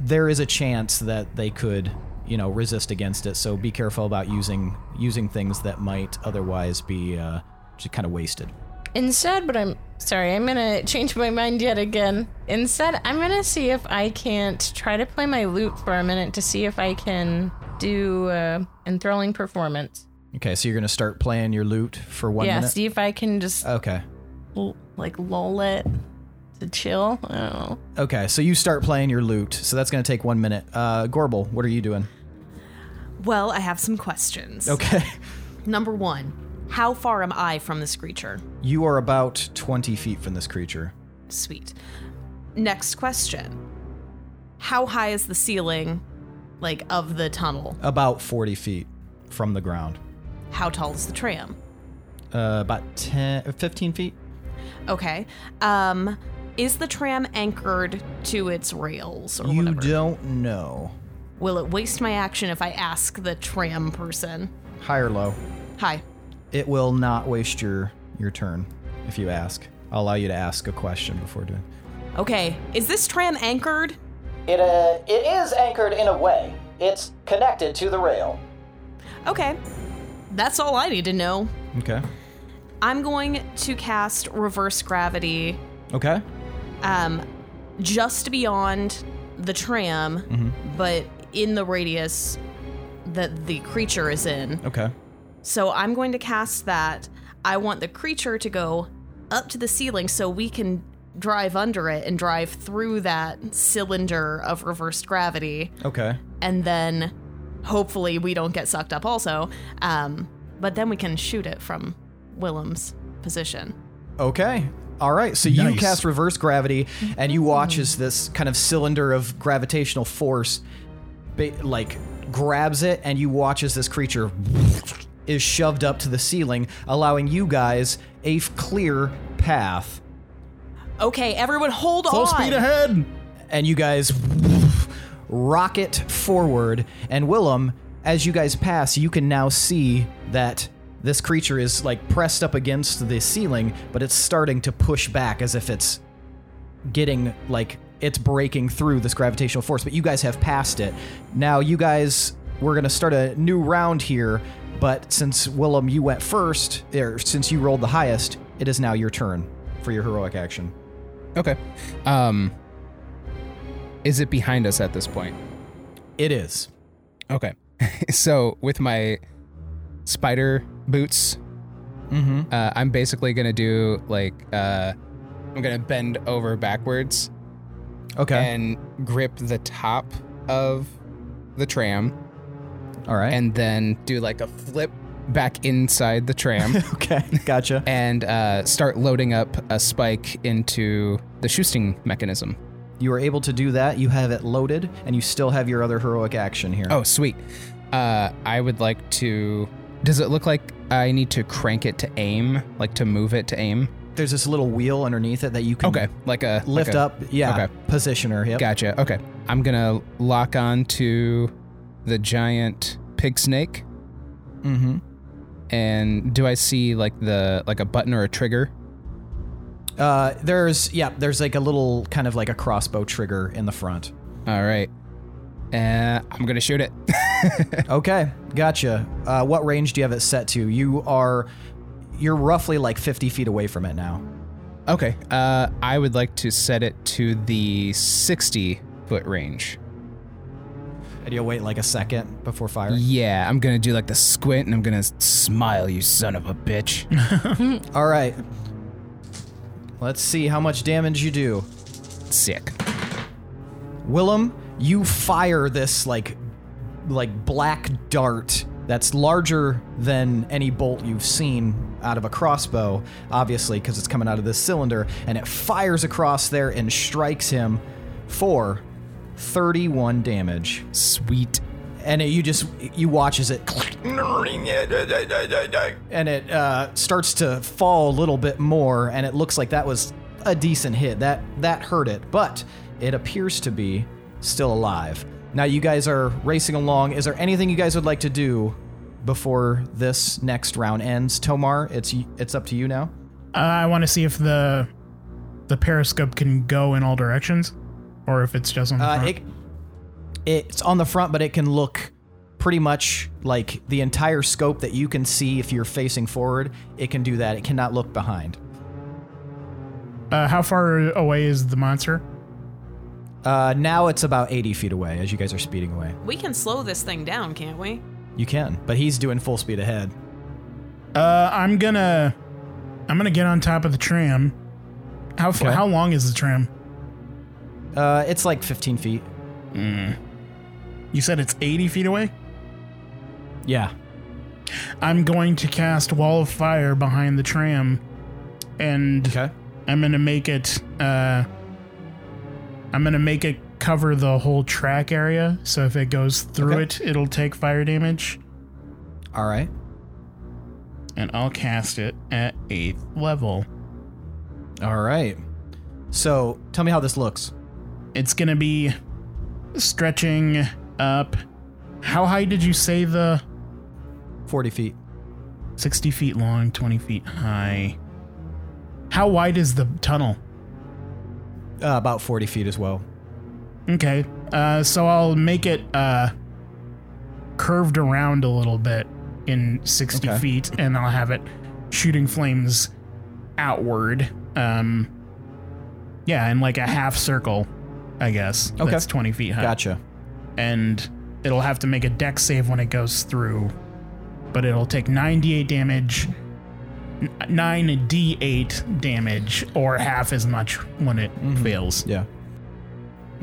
Speaker 2: there is a chance that they could you know resist against it so be careful about using using things that might otherwise be uh, just kind of wasted
Speaker 5: Instead, but I'm sorry, I'm gonna change my mind yet again. Instead, I'm gonna see if I can't try to play my lute for a minute to see if I can do uh, enthralling performance.
Speaker 2: okay so you're gonna start playing your loot for one
Speaker 5: yeah,
Speaker 2: minute
Speaker 5: see if I can just
Speaker 2: okay
Speaker 5: l- like lull it to chill. I don't know.
Speaker 2: okay so you start playing your loot so that's gonna take one minute uh gorble what are you doing
Speaker 6: Well, I have some questions.
Speaker 2: okay
Speaker 6: Number one, how far am I from this creature?
Speaker 2: you are about 20 feet from this creature
Speaker 6: Sweet. Next question. How high is the ceiling, like, of the tunnel?
Speaker 2: about 40 feet from the ground
Speaker 6: How tall is the tram?
Speaker 2: uh, about 10 15 feet
Speaker 6: Okay. Um, is the tram anchored to its rails or
Speaker 2: you
Speaker 6: whatever?
Speaker 2: don't know
Speaker 6: Will it waste my action if I ask the tram person?
Speaker 2: high or low
Speaker 6: Hi.
Speaker 2: It will not waste your your turn if you ask. I'll allow you to ask a question before doing.
Speaker 6: Okay. Is this tram anchored?
Speaker 2: It uh, it is anchored in a way. It's connected to the rail.
Speaker 6: Okay. That's all I need to know.
Speaker 2: Okay.
Speaker 6: I'm going to cast reverse gravity
Speaker 2: Okay.
Speaker 6: um, just beyond the tram, but in the radius that the creature is in.
Speaker 2: Okay.
Speaker 6: So I'm going to cast that. I want the creature to go up to the ceiling so we can drive under it and drive through that cylinder of reversed gravity.
Speaker 2: Okay.
Speaker 6: And then hopefully we don't get sucked up, also. Um, but then we can shoot it from Willem's position.
Speaker 2: Okay. All right. So you
Speaker 3: Nice.
Speaker 2: cast reverse gravity, and you watch as this kind of cylinder of gravitational force, ba- like, grabs it, and you watch as this creature is shoved up to the ceiling, allowing you guys a f- clear path.
Speaker 6: Okay, everyone, hold
Speaker 3: Full
Speaker 6: on.
Speaker 3: speed ahead!
Speaker 2: and you guys rocket forward. And Willem, as you guys pass, you can now see that this creature is like pressed up against the ceiling, but it's starting to push back as if it's getting like it's breaking through this gravitational force, but you guys have passed it. Now, you guys, we're going to start a new round here, but since Willem, you went first, or since you rolled the highest, it is now your turn for your heroic action.
Speaker 4: Okay. Um, is it behind us at this point?
Speaker 2: It is.
Speaker 4: Okay. so with my spider boots,
Speaker 2: Mm-hmm.
Speaker 4: uh, I'm basically gonna do like uh, I'm gonna bend over backwards
Speaker 2: Okay.
Speaker 4: and grip the top of the tram,
Speaker 2: All right.
Speaker 4: and then do like a flip back inside the tram.
Speaker 2: okay. Gotcha.
Speaker 4: And uh, start loading up a spike into the shoesting mechanism.
Speaker 2: You are able to do that. You have it loaded, and you still have your other heroic action here.
Speaker 4: Oh, sweet. Uh, I would like to. Does it look like I need to crank it to aim, like to move it to aim?
Speaker 2: There's this little wheel underneath it that you can
Speaker 4: Okay, like a like
Speaker 2: lift
Speaker 4: a-
Speaker 2: up. Yeah.
Speaker 4: Okay.
Speaker 2: Positioner. Yep.
Speaker 4: Gotcha. Okay, I'm gonna lock on to the giant pig snake.
Speaker 2: Mm-hmm.
Speaker 4: And do I see like the like a button or a trigger?
Speaker 2: Uh, there's yeah, there's like a little kind of like a crossbow trigger in the front.
Speaker 4: All right, uh, I'm gonna shoot it.
Speaker 2: Okay, gotcha. Uh, what range do you have it set to? You are you're roughly like 50 feet away from it now.
Speaker 4: okay, uh, I would like to set it to the 60 foot range.
Speaker 2: And you'll wait like a second before firing.
Speaker 4: Yeah, I'm gonna do like the squint and I'm gonna smile, you son of a bitch.
Speaker 2: All right. Let's see how much damage you do.
Speaker 4: Sick.
Speaker 2: Willem, you fire this like like black dart that's larger than any bolt you've seen out of a crossbow, obviously because it's coming out of this cylinder, and it fires across there and strikes him for 31 damage.
Speaker 4: Sweet.
Speaker 2: And it, you just you watch as it and it uh, starts to fall a little bit more, and it looks like that was a decent hit. That that hurt it, but it appears to be still alive. Now you guys are racing along. Is there anything you guys would like to do before this next round ends? Tomar, it's y- it's up to you now.
Speaker 3: Uh, I want to see if the the periscope can go in all directions, or if it's just on the
Speaker 2: Uh,
Speaker 3: front.
Speaker 2: it, it's on the front, but it can look pretty much like the entire scope that you can see if you're facing forward. It can do that. It cannot look behind.
Speaker 3: uh, how far away is the monster?
Speaker 2: Uh, now it's about 80 feet away as you guys are speeding away.
Speaker 6: We can slow this thing down, can't we?
Speaker 2: You can, but he's doing full speed ahead.
Speaker 3: Uh, I'm gonna I'm gonna get on top of the tram. How f
Speaker 2: Okay.
Speaker 3: how long is the tram?
Speaker 2: Uh, it's like 15 feet.
Speaker 3: You said it's 80 feet away.
Speaker 2: Yeah.
Speaker 3: I'm going to cast Wall of Fire behind the tram, and
Speaker 2: Okay.
Speaker 3: I'm gonna make it. Uh, I'm gonna make it cover the whole track area. So if it goes through
Speaker 2: Okay.
Speaker 3: it, it'll take fire damage,
Speaker 2: All right.
Speaker 3: and I'll cast it at eighth level.
Speaker 2: All right. So tell me how this looks.
Speaker 3: It's gonna be stretching up. How high did you say the
Speaker 2: 40 feet.
Speaker 3: 60 feet long, 20 feet high? How wide is the tunnel?
Speaker 2: Uh, about 40 feet as well.
Speaker 3: Okay. Uh, so I'll make it uh, curved around a little bit in 60
Speaker 2: Okay.
Speaker 3: feet, and I'll have it shooting flames outward. Um, yeah, in like a half circle, I guess.
Speaker 2: Okay.
Speaker 3: That's 20 feet high.
Speaker 2: Gotcha.
Speaker 3: And it'll have to make a deck save when it goes through, but it'll take 98 damage. n- 9d8 damage, or half as much when it fails.
Speaker 2: Mm-hmm. Yeah.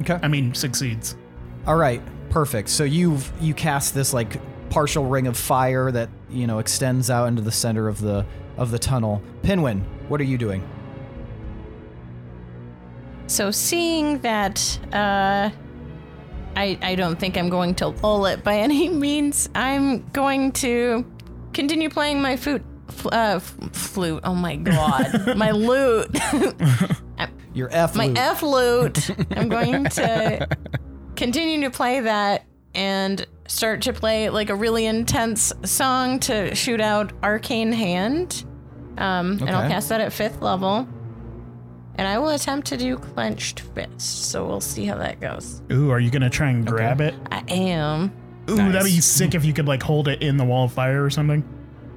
Speaker 2: Okay.
Speaker 3: I mean, succeeds.
Speaker 2: All right, perfect. So you've you cast this like partial ring of fire that you know extends out into the center of the of the tunnel. Pinwin, what are you doing?
Speaker 5: So seeing that uh I I don't think I'm going to lull it by any means. I'm going to continue playing my flute f- uh f- flute. Oh my god. my lute.
Speaker 2: Your F.
Speaker 5: my
Speaker 2: loop.
Speaker 5: F lute. I'm going to continue to play that and start to play like a really intense song to shoot out Arcane Hand. Um, And I'll
Speaker 2: Okay.
Speaker 5: cast that at fifth level. And I will attempt to do clenched fist. So we'll see how that goes.
Speaker 3: Ooh, are you gonna try and grab it?
Speaker 5: I am.
Speaker 3: Ooh, that'd be sick if you could like hold it in the wall of fire or something.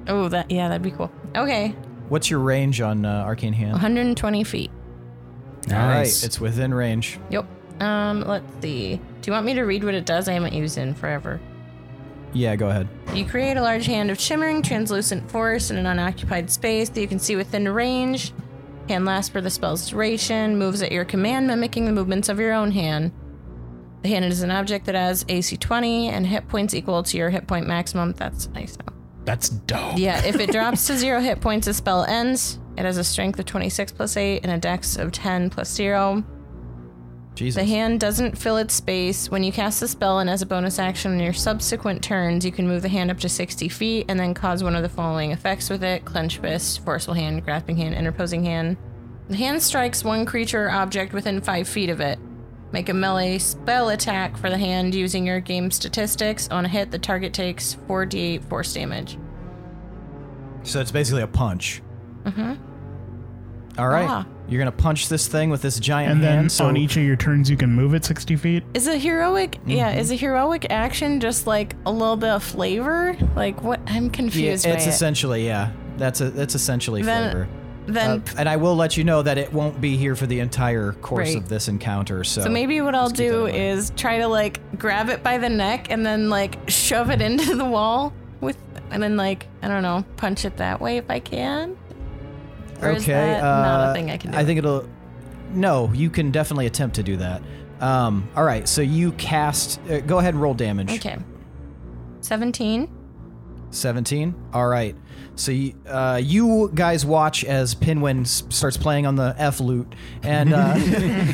Speaker 5: Oh, that yeah, that'd be cool. Okay,
Speaker 2: What's your range on uh, arcane hand?
Speaker 5: 120 feet. Oh,
Speaker 2: All right,
Speaker 4: Nice.
Speaker 2: it's within range.
Speaker 5: Yep. Um, let's see. Do you want me to read what it does? I haven't used it in forever.
Speaker 2: Yeah, go ahead.
Speaker 5: You create a large hand of shimmering, translucent force in an unoccupied space that you can see within range. Can last for the spell's duration. Moves at your command, mimicking the movements of your own hand. The hand is an object that has AC 20 and hit points equal to your hit point maximum. That's nice.
Speaker 3: That's dope.
Speaker 5: Yeah, if it drops to zero hit points, the spell ends. It has a strength of 26 plus 8 and a dex of 10 plus 0.
Speaker 2: Jesus.
Speaker 5: The hand doesn't fill its space. When you cast the spell and as a bonus action on your subsequent turns, you can move the hand up to 60 feet and then cause one of the following effects with it clenched fist, forceful hand, grasping hand, interposing hand. The hand strikes one creature or object within 5 feet of it. Make a melee spell attack for the hand using your game statistics. On a hit, the target takes 4d8 force damage.
Speaker 2: So it's basically a punch. Mm-hmm. All right.
Speaker 5: Ah.
Speaker 2: You're going to punch this thing with this giant
Speaker 3: And then
Speaker 2: hand. Oh, So
Speaker 3: on each of your turns, you can move it 60 feet.
Speaker 5: Is a heroic yeah,
Speaker 2: Mm-hmm.
Speaker 5: is a heroic action just like a little bit of flavor? Like what I'm
Speaker 2: Yeah,
Speaker 5: confused
Speaker 2: it's
Speaker 5: by it.
Speaker 2: essentially, yeah. That's a that's essentially
Speaker 5: Then-
Speaker 2: flavor.
Speaker 5: then
Speaker 2: Uh, and I will let you know that it won't be here for the entire course
Speaker 5: Right.
Speaker 2: of this encounter. So,
Speaker 5: So maybe what I'll
Speaker 2: Oh, keep that in
Speaker 5: do
Speaker 2: mind.
Speaker 5: is try to like grab it by the neck and then like shove it into the wall with and then like I don't know, punch it that way if I can. Or
Speaker 2: okay,
Speaker 5: is that not
Speaker 2: uh,
Speaker 5: a thing I can do?
Speaker 2: I think it'll. No, you can definitely attempt to do that. Um, all right, so you cast. Uh, go ahead and roll damage.
Speaker 5: okay. 17.
Speaker 2: 17 all right so y- uh, you guys watch as pinwin s- starts playing on the f lute and uh,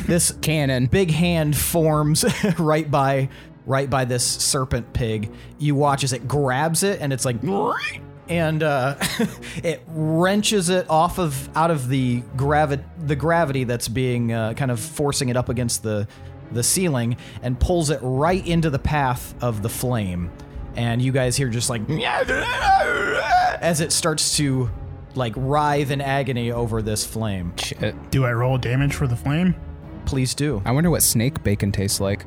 Speaker 2: this
Speaker 4: Cannon.
Speaker 2: big hand forms right by right by this serpent pig you watch as it grabs it and it's like and uh, it wrenches it off of out of the gravi- the gravity that's being uh, kind of forcing it up against the the ceiling and pulls it right into the path of the flame and you guys hear just like as it starts to like writhe in agony over this flame
Speaker 4: Shit.
Speaker 3: Do I roll damage for the flame?
Speaker 2: please do
Speaker 4: I wonder what snake bacon tastes like.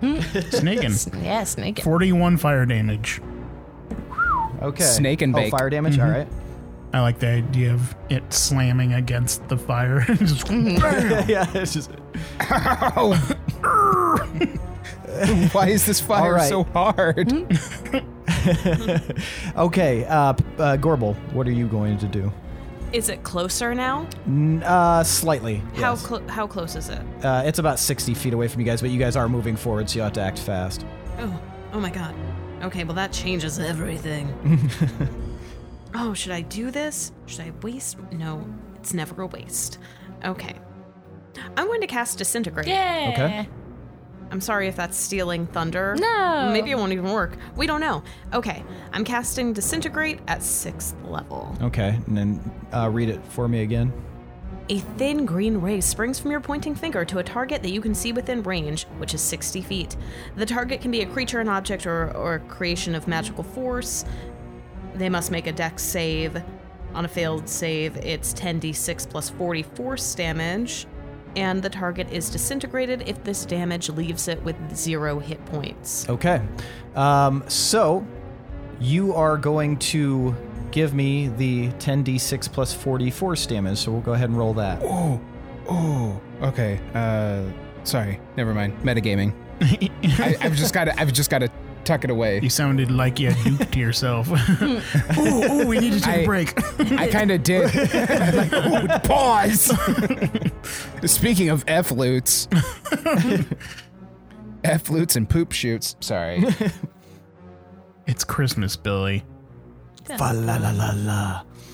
Speaker 3: Snaking.
Speaker 5: Yeah, snake it.
Speaker 3: 41 fire damage.
Speaker 2: okay
Speaker 4: Snake and
Speaker 2: oh,
Speaker 4: bake. Mm-hmm.
Speaker 2: fire damage all right
Speaker 3: I like the idea of it slamming against the fire. Just
Speaker 2: yeah it's just
Speaker 4: Why is this fire
Speaker 2: All right.
Speaker 4: so hard?
Speaker 2: okay uh, p- uh gorble what are you going to do
Speaker 6: Is it closer now?
Speaker 2: N- uh slightly
Speaker 6: How
Speaker 2: yes.
Speaker 6: cl- how close is it?
Speaker 2: Uh, it's about 60 feet away from you guys, but you guys are moving forward, so you have to act fast.
Speaker 6: Oh, oh my god. Okay, well that changes everything. oh, should I do this? Should I waste? No, it's never a waste. Okay. I'm going to cast disintegrate.
Speaker 5: Yeah.
Speaker 2: Okay.
Speaker 6: I'm sorry if that's stealing thunder.
Speaker 5: No.
Speaker 6: Maybe it won't even work. We don't know. Okay, I'm casting disintegrate at sixth level.
Speaker 2: Okay, and then uh, read it for me again.
Speaker 6: A thin green ray springs from your pointing finger to a target that you can see within range, which is 60 feet. The target can be a creature, an object, or, or a creation of magical force. They must make a dex save. On a failed save, it's 10d6 plus 40 force damage, and the target is disintegrated if this damage leaves it with zero hit points.
Speaker 2: Okay, um, so you are going to give me the 10d6 plus 40 force damage, so we'll go ahead and roll that.
Speaker 4: Oh, oh. Okay. Uh, sorry. Never mind. Metagaming. I, I've just got to. I've just got to tuck it away.
Speaker 3: you sounded like you duped yourself. ooh, ooh, we need to take a
Speaker 4: I-
Speaker 3: break.
Speaker 4: I kind of did. Like, ooh, pause. Speaking of f lutes, f lutes and poop shoots. Sorry.
Speaker 3: it's Christmas, Billy.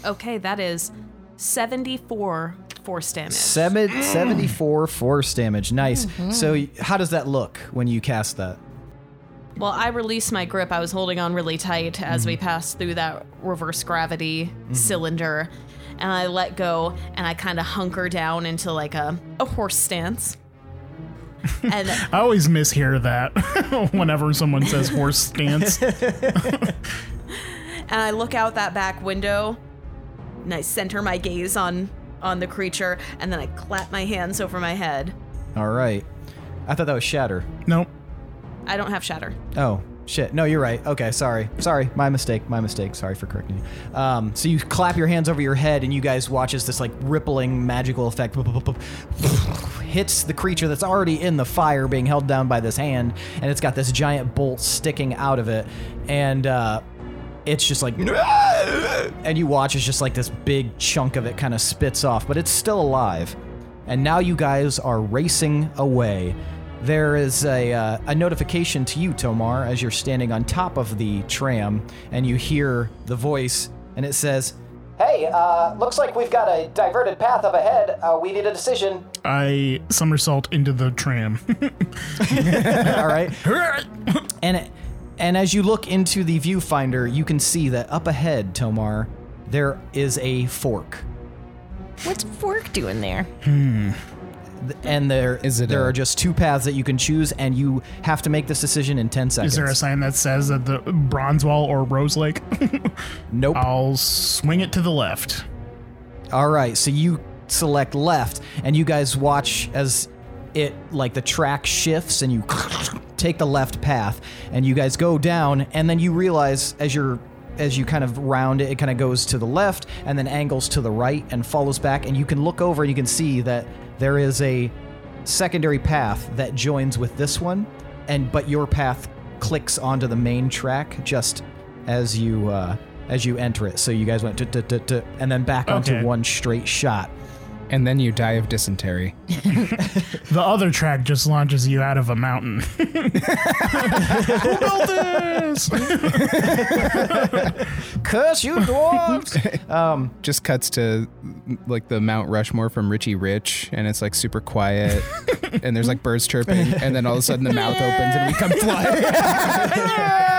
Speaker 6: Okay, that is 74 force damage.
Speaker 2: Seven, 74 force damage. Nice. So, y- how does that look when you cast that?
Speaker 6: Well, I released my grip. I was holding on really tight as
Speaker 3: Mm-hmm.
Speaker 6: we passed through that reverse gravity cylinder. And I let go and I kind of hunker down into like a, a horse stance. And
Speaker 3: I always mishear that whenever someone says horse stance.
Speaker 6: and I look out that back window and I center my gaze on on the creature, and then I clap my hands over my head.
Speaker 2: All right. I thought that was shatter.
Speaker 3: Nope.
Speaker 6: I don't have shatter.
Speaker 2: Oh, shit. No, you're right. Okay, sorry. Sorry. My mistake. My mistake. Sorry for correcting you. Um, so you clap your hands over your head, and you guys watch as this, like, rippling magical effect hits the creature that's already in the fire being held down by this hand, and it's got this giant bolt sticking out of it. And, uh,. It's just like, and you watch as just like this big chunk of it kind of spits off, but it's still alive. And now you guys are racing away. There is a, uh, a notification to you, Tomar, as you're standing on top of the tram and you hear the voice, and it says, Hey, uh, looks like we've got a diverted path up ahead. Uh, we need a decision.
Speaker 3: I somersault into the tram.
Speaker 2: All right. and it, and as you look into the viewfinder, you can see that up ahead, Tomar, there is a fork.
Speaker 5: What's Fork doing there?
Speaker 2: and there
Speaker 4: Is it
Speaker 2: there
Speaker 4: a-
Speaker 2: are just two paths that you can choose, and you have to make this decision in ten seconds.
Speaker 3: Is there a sign that says that the Bronze Wall or Rose Lake?
Speaker 2: nope.
Speaker 3: I'll swing it to the left.
Speaker 2: All right, so you select left, and you guys watch as it like the track shifts, and you take the left path, and you guys go down, and then you realize as you're as you kind of round it, it kind of goes to the left, and then angles to the right, and follows back, and you can look over and you can see that there is a secondary path that joins with this one, and but your path clicks onto the main track just as you uh, as you enter it. So you guys went tut, tut, tut, tut, and then back onto
Speaker 3: Okay.
Speaker 2: one straight shot.
Speaker 4: And then you die of dysentery.
Speaker 3: The other track just launches you out of a mountain. Who built this?
Speaker 2: Curse you dwarves!
Speaker 4: Just cuts to like the Mount Rushmore from Richie Rich, and it's like super quiet, and there's like birds chirping, and then all of a sudden the mouth opens and we come flying.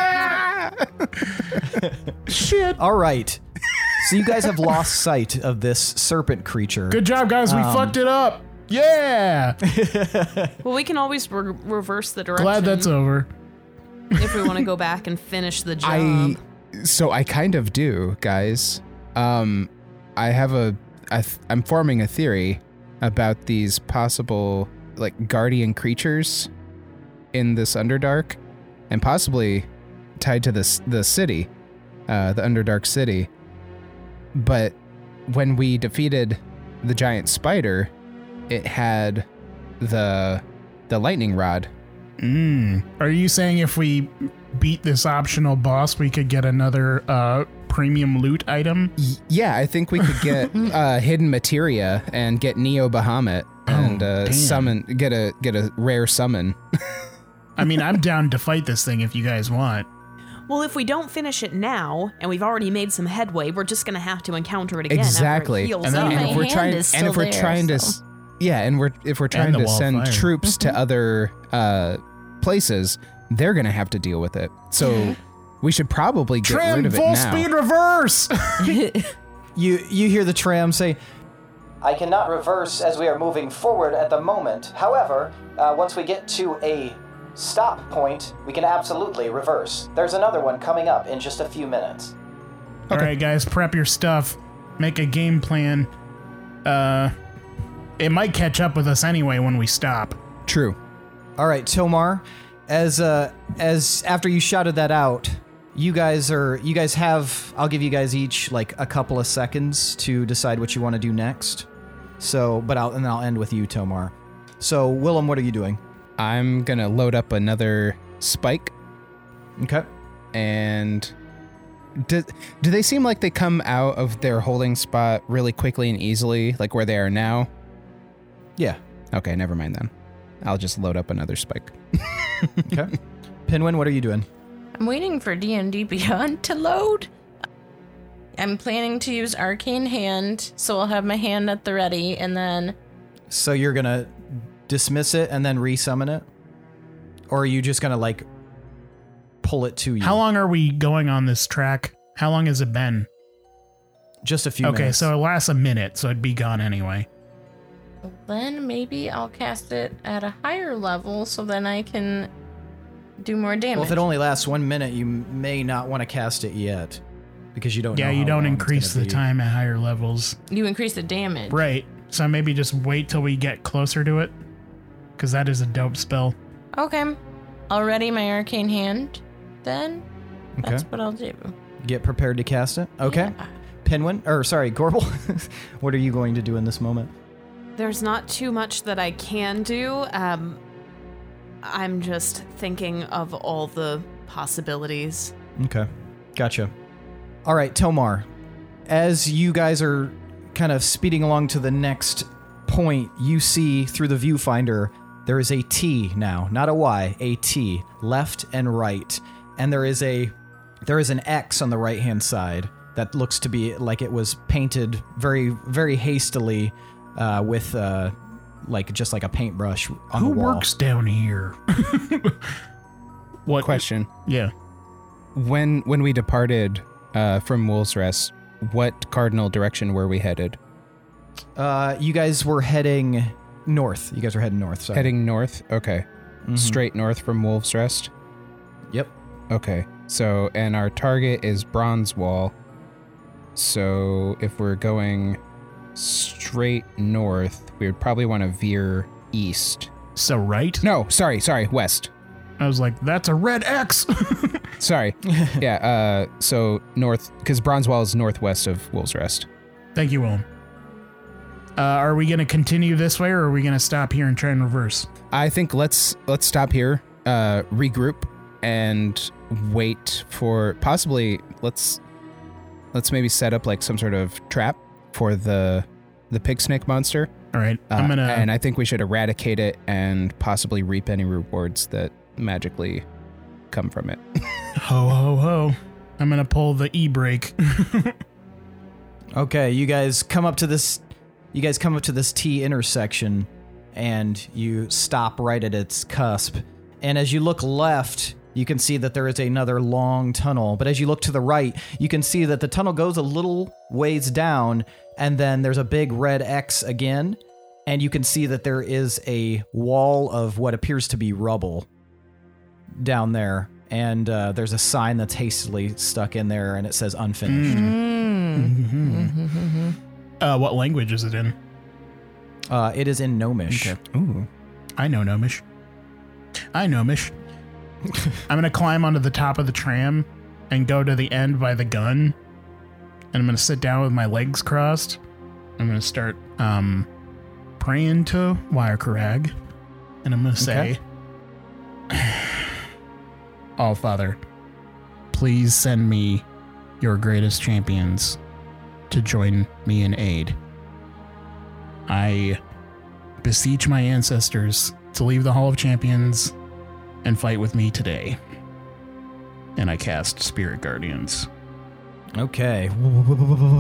Speaker 2: All right. So you guys have lost sight of this serpent creature.
Speaker 3: Good job, guys. We
Speaker 4: Um,
Speaker 3: fucked it up. Yeah.
Speaker 6: Well, we can always re- reverse the direction
Speaker 3: Glad that's over.
Speaker 6: if we want to go back and finish the job.
Speaker 4: I so I kind of do, guys. Um, I have a I th- I'm forming a theory about these possible like guardian creatures in this Underdark, and possibly tied to this the city, uh, the Underdark city. But when we defeated the giant spider, it had the the lightning rod.
Speaker 3: Mm. Are you saying if we beat this optional boss, we could get another uh, premium loot item?
Speaker 4: Y- Yeah, I think we could get uh, hidden materia and get Neo Bahamut and uh,
Speaker 3: damn.
Speaker 4: summon get a get a rare summon.
Speaker 3: I mean, I'm down to fight this thing if you guys want.
Speaker 6: well, if we don't finish it now, and we've already made some headway, we're just going to have to encounter it again. after it
Speaker 4: Exactly.
Speaker 6: heals
Speaker 3: And then
Speaker 6: up.
Speaker 3: my
Speaker 4: if we're
Speaker 5: hand
Speaker 4: trying
Speaker 5: is
Speaker 4: and if
Speaker 5: still
Speaker 4: we're
Speaker 5: there,
Speaker 4: trying to
Speaker 5: so-
Speaker 4: s- yeah, and we're if we're trying
Speaker 3: the
Speaker 4: to
Speaker 3: wall of
Speaker 4: send
Speaker 3: fire.
Speaker 4: troops to other uh, places, they're gonna have to deal with it. So we should probably get rid
Speaker 3: Trim
Speaker 4: of it
Speaker 3: full
Speaker 4: now.
Speaker 3: speed reverse.
Speaker 2: You you hear the tram say, "I cannot reverse as we are moving forward at the moment. However, uh, once we get to a stop point, we can absolutely reverse. There's another one coming up in just a few minutes."
Speaker 3: All right, guys, prep your stuff, make a game plan. Uh, it might catch up with us anyway when we stop.
Speaker 4: True.
Speaker 2: All right, Tomar, as uh as after you shouted that out, you guys are you guys have I'll give you guys each like a couple of seconds to decide what you want to do next. So, but I'll and I'll end with you, Tomar. So, Willem, what are you doing?
Speaker 4: I'm gonna load up another spike
Speaker 2: Okay.
Speaker 4: and do, do they seem like they come out of their holding spot really quickly and easily like where they are now
Speaker 2: Yeah.
Speaker 4: okay never mind then i'll just load up another spike
Speaker 2: Okay. Pinwin, what are you doing?
Speaker 5: I'm waiting for D&D Beyond to load. I'm planning to use Arcane Hand, so I'll have my hand at the ready, and then
Speaker 2: So you're gonna dismiss it and then re-summon it, or are you just gonna like pull it to you?
Speaker 3: How long are we going on this track? How long has it been?
Speaker 2: Just a few.
Speaker 3: okay,
Speaker 2: minutes.
Speaker 3: so it lasts a minute, so it'd be gone anyway.
Speaker 5: then maybe I'll cast it at a higher level, so then I can do more damage.
Speaker 2: well, if it only lasts one minute, you may not want to cast it yet. because you don't.
Speaker 3: Yeah,
Speaker 2: know
Speaker 3: you
Speaker 2: Oh, how
Speaker 3: don't
Speaker 2: long it's
Speaker 3: increase
Speaker 2: gonna
Speaker 3: the
Speaker 2: be.
Speaker 3: time at higher levels.
Speaker 5: You increase the damage.
Speaker 3: Right. So maybe just wait till we get closer to it. Because that is a dope spell.
Speaker 5: Okay. I'll ready my arcane hand. Then that's
Speaker 2: Okay.
Speaker 5: what I'll do.
Speaker 2: Get prepared to cast it. Okay.
Speaker 5: Yeah.
Speaker 2: Penguin, or sorry, Gorbel. what are you going to do in this moment?
Speaker 6: There's not too much that I can do. Um, I'm just thinking of all the possibilities.
Speaker 2: Okay. Gotcha. All right, Tomar. As you guys are kind of speeding along to the next point, you see through the viewfinder there is a T now, not a Y, a T, left and right. And there is a there is an X on the right-hand side that looks to be like it was painted very very hastily uh, with uh, like just like a paintbrush on
Speaker 3: Who
Speaker 2: the wall.
Speaker 3: works down here? what?
Speaker 4: Question:
Speaker 3: Yeah.
Speaker 4: When when we departed uh, from Wolves Rest, what cardinal direction were we headed?
Speaker 2: Uh, you guys were heading north. You guys were heading north. Sorry.
Speaker 4: Heading north. Okay,
Speaker 2: Mhm.
Speaker 4: straight north from Wolves Rest.
Speaker 2: Yep.
Speaker 4: Okay. So, and our target is Bronze Wall. So, if we're going straight north, we would probably want to veer east.
Speaker 3: So, right?
Speaker 4: No, sorry, sorry, west.
Speaker 3: I was like, that's a red X.
Speaker 4: Sorry. yeah, uh so north cuz Bronze Wall is northwest of Wolves Rest.
Speaker 3: Thank you, Willem. Uh, are we going to continue this way or are we going to stop here and try and reverse?
Speaker 4: I think let's let's stop here, uh regroup and wait for possibly let's let's maybe set up like some sort of trap for the the pig snake monster.
Speaker 3: All right.
Speaker 4: Uh,
Speaker 3: I'm going
Speaker 4: and
Speaker 3: to.
Speaker 4: I think we should eradicate it and possibly reap any rewards that magically come from it.
Speaker 3: Ho, ho, ho. I'm going to pull the e brake.
Speaker 2: Okay, you guys come up to this you guys come up to this T intersection and you stop right at its cusp. And as you look left, you can see that there is another long tunnel. But as you look to the right, you can see that the tunnel goes a little ways down and then there's a big red X again. And you can see that there is a wall of what appears to be rubble down there. And uh, there's a sign that's hastily stuck in there and it says
Speaker 3: Hmm.
Speaker 2: unfinished. Hmm.
Speaker 3: uh, what language is it in?
Speaker 2: Uh, it is in Gnomish.
Speaker 4: Ooh.
Speaker 3: I know Gnomish. I Gnomish. I'm gonna climb onto the top of the tram and go to the end by the gun. And I'm gonna sit down with my legs crossed. I'm gonna start um praying to Wirecarag. And I'm gonna say All Father, please send me your greatest champions to join me in aid. I beseech my ancestors to leave the Hall of Champions and fight with me today. And I cast Spirit Guardians.
Speaker 2: Okay.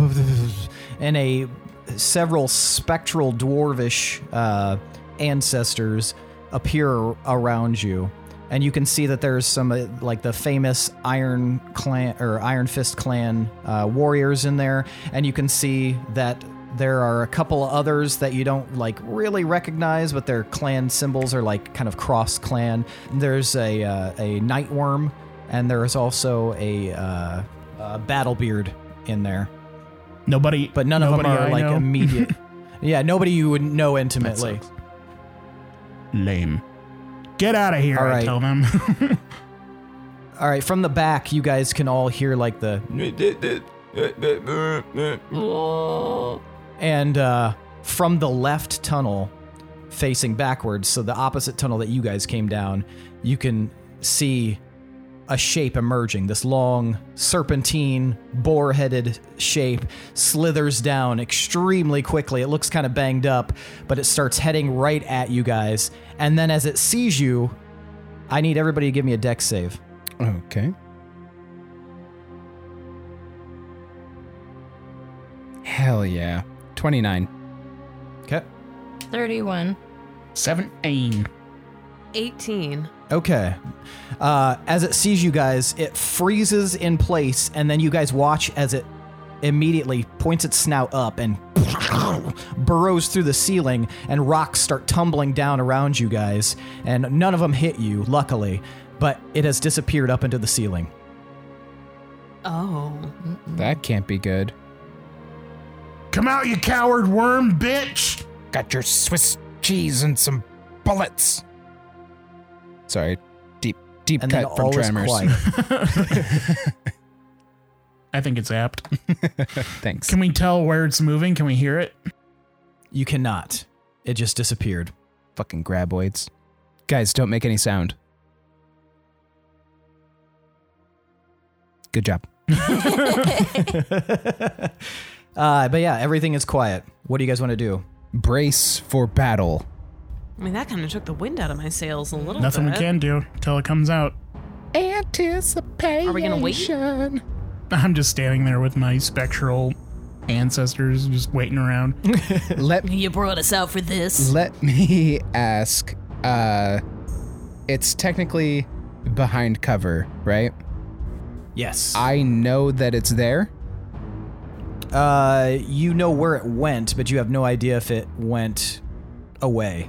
Speaker 2: And a several spectral dwarvish uh, ancestors appear around you, and you can see that there's some uh, like the famous Iron Clan or Iron Fist Clan uh, warriors in there, and you can see that there are a couple others that you don't like really recognize, but their clan symbols are like kind of cross clan. There's a uh, a Nightworm, and there is also a uh, uh, Battlebeard in there,
Speaker 3: Nobody,
Speaker 2: but none of them
Speaker 3: nobody
Speaker 2: are
Speaker 3: I
Speaker 2: like
Speaker 3: know.
Speaker 2: immediate. yeah, nobody you would know
Speaker 3: That
Speaker 2: intimately.
Speaker 3: sucks. lame. Get out of here!
Speaker 2: All
Speaker 3: I
Speaker 2: right.
Speaker 3: tell them.
Speaker 2: All right, from the back, you guys can all hear like the and uh, from the left tunnel, facing backwards, so the opposite tunnel that you guys came down, you can see a shape emerging. This long, serpentine, boar headed shape slithers down extremely quickly. It looks kind of banged up, but it starts heading right at you guys. And then as it sees you, I need everybody to give me a deck save.
Speaker 4: Okay. Hell yeah. 29.
Speaker 2: Okay.
Speaker 5: 31.
Speaker 3: Seventeen.
Speaker 6: 18.
Speaker 2: Okay. Uh, as it sees you guys, it freezes in place, and then you guys watch as it immediately points its snout up and burrows through the ceiling, and rocks start tumbling down around you guys. And none of them hit you, luckily, but it has disappeared up into the ceiling.
Speaker 6: Oh.
Speaker 4: That can't be good.
Speaker 3: Come out, you coward worm, bitch!
Speaker 4: Got your Swiss cheese and some bullets. Sorry, deep deep
Speaker 2: And then
Speaker 4: cut from
Speaker 2: all is
Speaker 4: Tremors.
Speaker 2: quiet.
Speaker 3: I think it's apt.
Speaker 4: Thanks.
Speaker 3: Can we tell where it's moving? Can we hear it?
Speaker 2: You cannot. It just disappeared.
Speaker 4: Fucking graboids. Guys, don't make any sound. Good job.
Speaker 2: Uh, but yeah, everything is quiet. What do you guys want to do?
Speaker 4: Brace for battle.
Speaker 6: I mean, that kind of took the wind out of my sails a little
Speaker 3: Nothing
Speaker 6: bit.
Speaker 3: we can do till it comes out.
Speaker 4: Anticipation.
Speaker 6: Are we gonna wait?
Speaker 3: I'm just standing there with my spectral ancestors just waiting around.
Speaker 4: Let
Speaker 6: You brought us out for this.
Speaker 4: Let me ask. Uh, it's technically behind cover, right?
Speaker 2: Yes.
Speaker 4: I know that it's there.
Speaker 2: Uh, you know where it went, but you have no idea if it went away.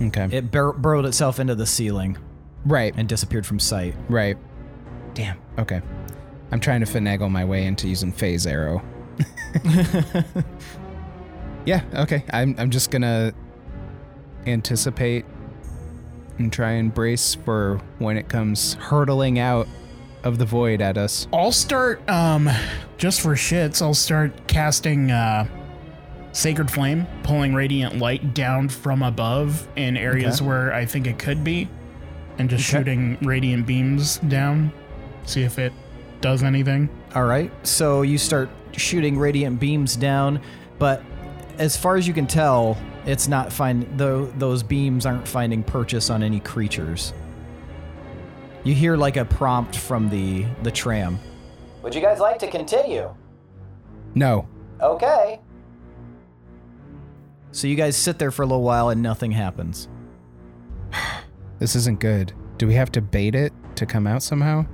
Speaker 4: Okay.
Speaker 2: It bur- burrowed itself into the ceiling
Speaker 4: right.
Speaker 2: and disappeared from sight.
Speaker 4: Right. Damn. Okay. I'm trying to finagle my way into using phase arrow. yeah. Okay. I'm. I'm just gonna anticipate and try and brace for when it comes hurtling out of the void at us.
Speaker 3: I'll start, um, just for shits, I'll start casting, uh, Sacred Flame, pulling radiant light down from above in areas
Speaker 2: Okay.
Speaker 3: where I think it could be, and just
Speaker 2: Okay.
Speaker 3: shooting radiant beams down, see if it does anything.
Speaker 2: All right. So you start shooting radiant beams down, but as far as you can tell, it's not find though those beams aren't finding purchase on any creatures. You hear like a prompt from the the tram. Would you guys like to continue?
Speaker 4: No.
Speaker 2: Okay. So you guys sit there for a little while and nothing happens.
Speaker 4: This isn't good. Do we have to bait it to come out somehow?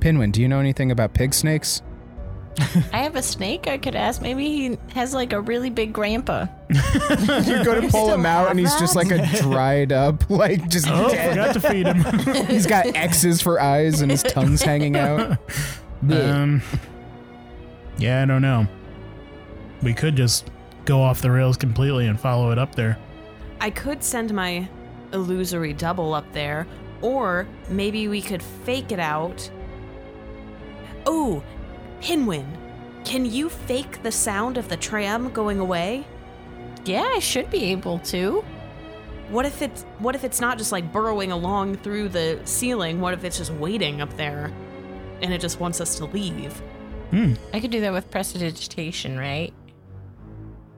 Speaker 4: Pinwin, do you know anything about pig snakes?
Speaker 5: I have a snake I could ask. Maybe he has like a really big grandpa.
Speaker 4: You go to pull him out, and he's just like a dried up, like just
Speaker 3: Oh, forgot to feed him.
Speaker 4: he's got X's for eyes, and his tongue's hanging out.
Speaker 3: um, yeah, I don't know. We could just go off the rails completely and follow it up there.
Speaker 6: I could send my illusory double up there, or maybe we could fake it out. Oh, Pinwin, can you fake the sound of the tram going away?
Speaker 5: Yeah, I should be able to.
Speaker 6: What if it's what if it's not just like burrowing along through the ceiling? What if it's just waiting up there, and it just wants us to leave?
Speaker 5: I could do that with prestidigitation, right?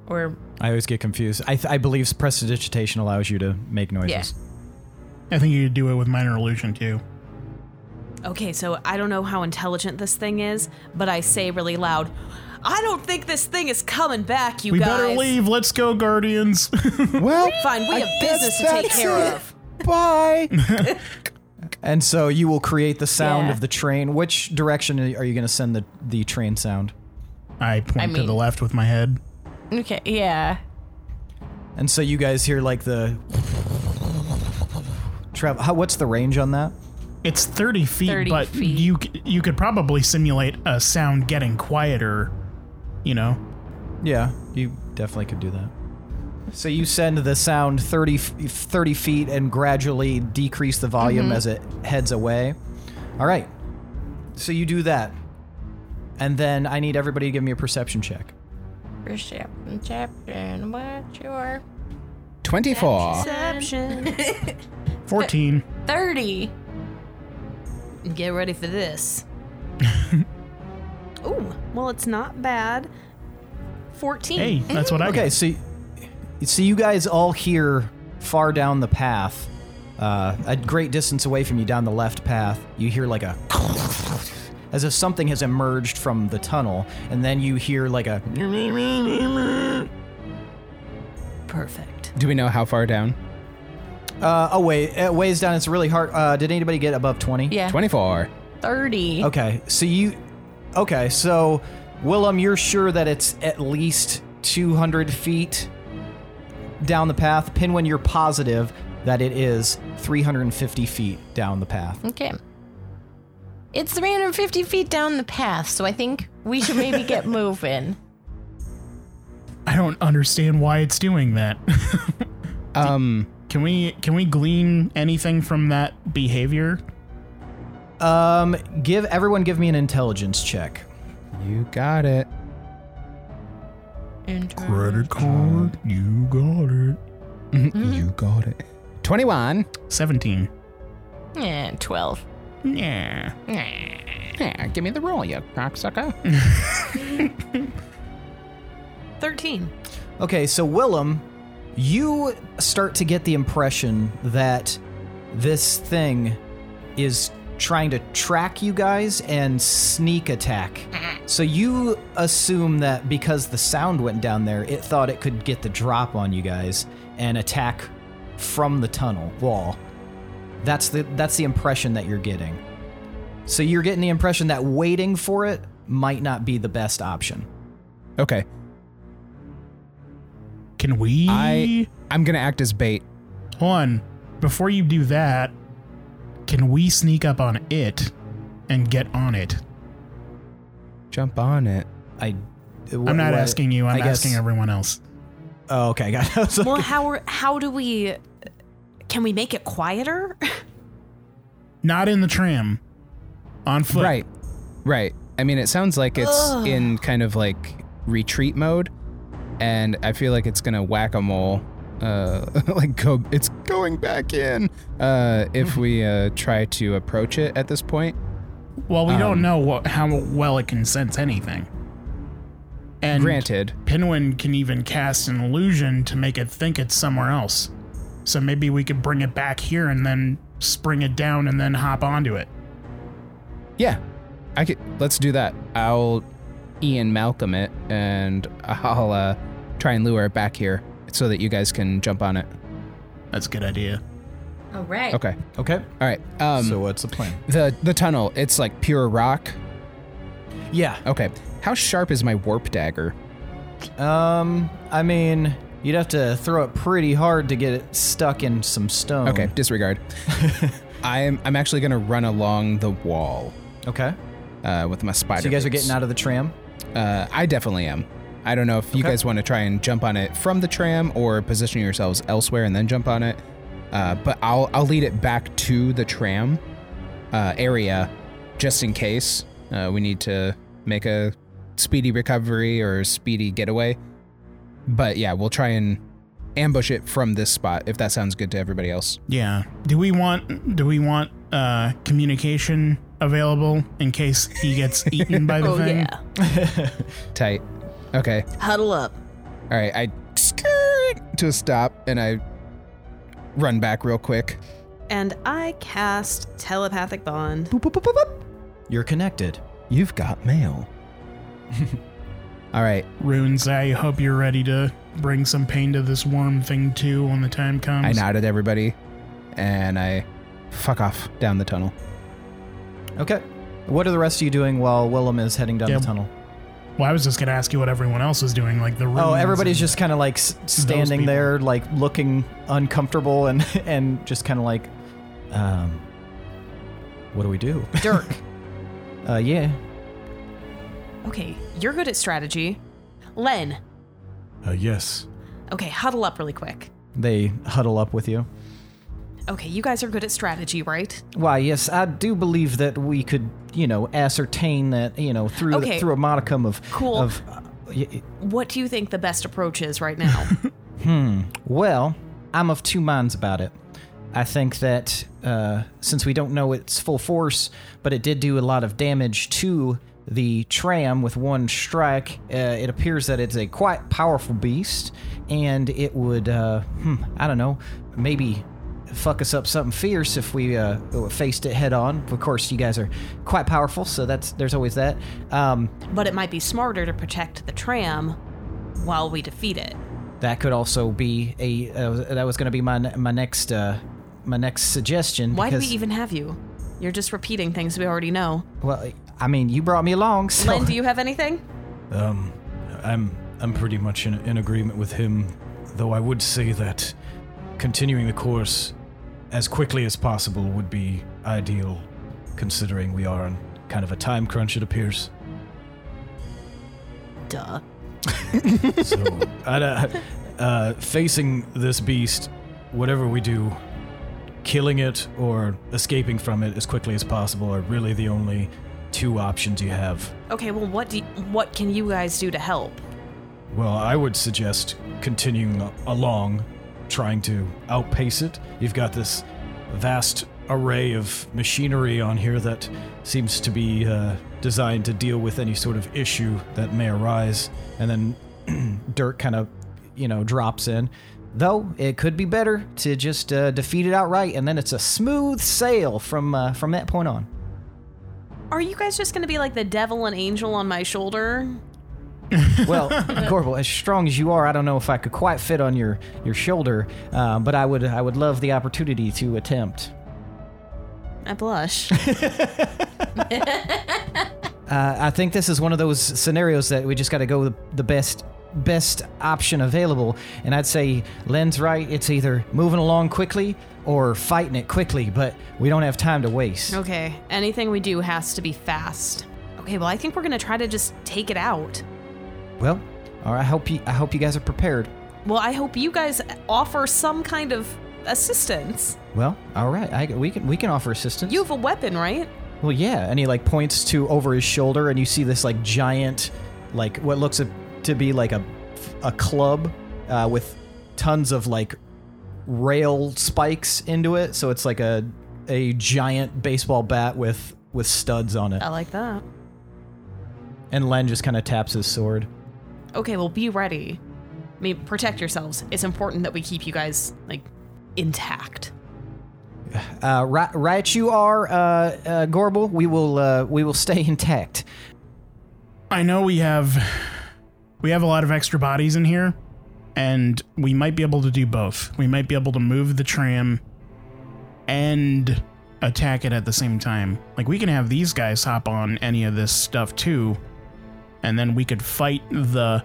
Speaker 5: Or
Speaker 2: I always get confused. I, th- I believe prestidigitation allows you to make noises.
Speaker 3: I think you could do it with minor illusion too.
Speaker 6: Okay, so I don't know how intelligent this thing is, but I say really loud, I don't think this thing is coming back, you
Speaker 3: We
Speaker 6: guys.
Speaker 3: better leave. Let's go, Guardians.
Speaker 4: Well,
Speaker 6: Fine, we
Speaker 4: I
Speaker 6: have
Speaker 4: guess
Speaker 6: business to take
Speaker 4: that's
Speaker 6: care
Speaker 4: it.
Speaker 6: of.
Speaker 4: Bye.
Speaker 2: And so you will create the sound
Speaker 5: Yeah.
Speaker 2: of the train. Which direction are you going to send the, the train sound?
Speaker 3: I point
Speaker 5: I
Speaker 3: to the
Speaker 5: mean-
Speaker 3: left with my head.
Speaker 5: okay, yeah.
Speaker 2: And so you guys hear like the. Travel. How, what's the range on that?
Speaker 3: It's 30 feet,
Speaker 5: 30
Speaker 3: but
Speaker 5: feet.
Speaker 3: you c- you could probably simulate a sound getting quieter, you know.
Speaker 2: Yeah, you definitely could do that. So you send the sound 30, f- 30 feet and gradually decrease the volume as it heads away. All right. So you do that. And then I need everybody to give me a perception check.
Speaker 5: Perception, chapter, what's your
Speaker 4: Twenty-four.
Speaker 6: Perception.
Speaker 3: 14.
Speaker 5: 30?
Speaker 6: Get ready for this. Ooh, well, it's not bad. 14.
Speaker 3: Hey, that's what I
Speaker 2: Okay,
Speaker 3: got.
Speaker 2: so, so you guys all hear far down the path, uh, a great distance away from you down the left path, you hear like a as if something has emerged from the tunnel, and then you hear like a
Speaker 6: Perfect.
Speaker 4: Do we know how far down?
Speaker 2: uh, oh wait, it weighs down. It's really hard. Uh, did anybody get above twenty?
Speaker 5: Yeah.
Speaker 4: Twenty-four.
Speaker 5: 30.
Speaker 2: Okay, so you, okay, so Willem, you're sure that it's at least two hundred feet down the path. Pinwin, you're
Speaker 5: Mm.
Speaker 2: positive that it is three hundred and fifty feet down the path.
Speaker 5: Okay. It's 350 feet down the path, so I think we should maybe get moving.
Speaker 3: I don't understand why it's doing that.
Speaker 4: Um,
Speaker 3: can we can we glean anything from that behavior?
Speaker 2: Um, give everyone give me an intelligence check.
Speaker 4: you got it.
Speaker 3: Credit card, you got it.
Speaker 4: You got it. 21.
Speaker 3: Seventeen.
Speaker 5: Yeah, 12.
Speaker 3: Yeah.
Speaker 4: Yeah, give me the roll, you cocksucker.
Speaker 6: 13.
Speaker 2: Okay, so Willem, you start to get the impression that this thing is trying to track you guys and sneak attack. So you assume that because the sound went down there, it thought it could get the drop on you guys and attack from the tunnel wall. That's the that's the impression that you're getting. So you're getting the impression that waiting for it might not be the best option.
Speaker 4: Okay,
Speaker 3: Can we
Speaker 4: I- I'm gonna act as bait.
Speaker 3: hold on. Before you do that, can we sneak up on it and get on it?
Speaker 4: Jump on it.
Speaker 2: I
Speaker 3: I'm not asking you, I'm asking
Speaker 2: everyone.
Speaker 3: everyone else.
Speaker 2: Oh, okay, got it. I was like-
Speaker 6: Well, how are, how do we can we make it quieter?
Speaker 3: Not in the tram. On foot.
Speaker 4: Right, right. I mean, it sounds like it's in kind of like retreat mode, and I feel like it's gonna whack a mole. Uh, like go, it's going back in. Uh, if we uh try to approach it at this point,
Speaker 3: Well, we don't
Speaker 4: Um,
Speaker 3: know what, how well it can sense anything. And
Speaker 4: granted,
Speaker 3: Pinwin can even cast an illusion to make it think it's somewhere else. So maybe we could bring it back here and then spring it down and then hop onto it.
Speaker 4: yeah, I could. Let's do that. I'll Ian Malcolm it, and I'll uh try and lure it back here so that you guys can jump on it.
Speaker 3: That's a good idea.
Speaker 5: All right.
Speaker 4: Okay.
Speaker 2: okay.
Speaker 4: All right. Um,
Speaker 2: so what's the plan?
Speaker 4: the the tunnel. It's like pure rock.
Speaker 2: Yeah.
Speaker 4: Okay. How sharp is my warp dagger?
Speaker 2: Um. I mean, you'd have to throw it pretty hard to get it stuck in some stone.
Speaker 4: Okay. Disregard. I'm I'm actually gonna run along the wall
Speaker 2: Okay.
Speaker 4: uh, with my spider.
Speaker 2: So you guys are getting out of the tram.
Speaker 4: Uh, I definitely am. I don't know if you
Speaker 2: Okay.
Speaker 4: guys want to try and jump on it from the tram or position yourselves elsewhere and then jump on it. Uh, but I'll I'll lead it back to the tram uh, area just in case uh, we need to make a speedy recovery or speedy getaway. But yeah, we'll try and ambush it from this spot if that sounds good to everybody else.
Speaker 3: Yeah. Do we want do we want uh communication available in case he gets eaten by the thing?
Speaker 4: Tight. Okay.
Speaker 6: Huddle up.
Speaker 4: All right. I skirt to a stop and I run back real quick.
Speaker 6: And I cast telepathic bond.
Speaker 4: Boop, boop, boop, boop, boop.
Speaker 2: You're connected.
Speaker 4: You've got mail. All right,
Speaker 3: Runes, I hope you're ready to bring some pain to this worm thing too when the time comes.
Speaker 4: I nodded everybody, and I fuck off down the tunnel.
Speaker 2: Okay. What are the rest of you doing while Willem is heading down
Speaker 3: Yeah.
Speaker 2: the tunnel?
Speaker 3: Well, I was just gonna ask you what everyone else was doing, like the runes.
Speaker 2: Oh, everybody's
Speaker 3: and-
Speaker 2: just kind of like s- standing
Speaker 3: people.
Speaker 2: there, like looking uncomfortable, and and just kind of like, um, what do we do?
Speaker 6: Dirk.
Speaker 2: Uh, yeah.
Speaker 6: okay, you're good at strategy. Len.
Speaker 8: Uh, yes.
Speaker 6: Okay, huddle up really quick.
Speaker 2: They huddle up with you.
Speaker 6: Okay, you guys are good at strategy, right?
Speaker 2: Why, yes, I do believe that we could, you know, ascertain that, you know, through
Speaker 6: Okay.
Speaker 2: through a modicum of
Speaker 6: Cool.
Speaker 2: Of, uh, y- y-
Speaker 6: What do you think the best approach is right now?
Speaker 2: well, I'm of two minds about it. I think that uh, since we don't know its full force, but it did do a lot of damage to the tram with one strike, uh, it appears that it's a quite powerful beast, and it would, uh, hmm, I don't know, maybe fuck us up something fierce if we uh, faced it head on. Of course, you guys are quite powerful, so that's there's always that. Um,
Speaker 6: but it might be smarter to protect the tram while we defeat it.
Speaker 2: That could also be a. Uh, that was going to be my my next uh, my next suggestion.
Speaker 6: Why do
Speaker 2: because,
Speaker 6: we even have you? You're just repeating things we already know.
Speaker 2: Well, I mean, you brought me along, so
Speaker 6: Len, do you have anything?
Speaker 8: Um, I'm I'm pretty much in, in agreement with him, though I would say that continuing the course as quickly as possible would be ideal. considering we are on kind of a time crunch, it appears.
Speaker 6: Duh.
Speaker 8: So, I'd, uh, uh, facing this beast, whatever we do, killing it or escaping from it as quickly as possible are really the only two options you have.
Speaker 6: Okay, well, what do what can you guys do to help?
Speaker 8: Well, I would suggest continuing along, trying to outpace it. You've got this vast array of machinery on here that seems to be uh, designed to deal with any sort of issue that may arise.
Speaker 2: and then Dirk kind of, you know, drops in. Though it could be better to just uh, defeat it outright, and then it's a smooth sail from uh, from that point on.
Speaker 6: Are you guys just gonna be like the devil and angel on my shoulder?
Speaker 2: Well, Corporal, as strong as you are, I don't know if I could quite fit on your your shoulder, uh, but I would I would love the opportunity to attempt.
Speaker 6: I blush.
Speaker 2: Uh, I think this is one of those scenarios that we just got to go with the best best option available, and I'd say Len's right. It's either moving along quickly or fighting it quickly, but we don't have time to waste.
Speaker 6: okay, anything we do has to be fast. Okay, well, I think we're gonna try to just take it out.
Speaker 2: Well, all right, I hope you I hope you guys are prepared.
Speaker 6: Well, I hope you guys offer some kind of assistance.
Speaker 2: Well, all right, I, we can we can offer assistance.
Speaker 6: You have a weapon, right?
Speaker 2: well, yeah, and he like points to over his shoulder, and you see this like giant, like what looks a, to be like a a club uh, with tons of like rail spikes into it, so it's like a a giant baseball bat with with studs on it.
Speaker 6: I like that.
Speaker 2: And Len just kind of taps his sword.
Speaker 6: Okay, well, be ready. I mean, protect yourselves. It's important that we keep you guys like intact.
Speaker 2: Uh, right, right, you are, uh, uh, Gorbel. We will uh, we will stay intact.
Speaker 3: I know we have we have a lot of extra bodies in here, and we might be able to do both. We might be able to move the tram and attack it at the same time. Like we can have these guys hop on any of this stuff too, and then we could fight the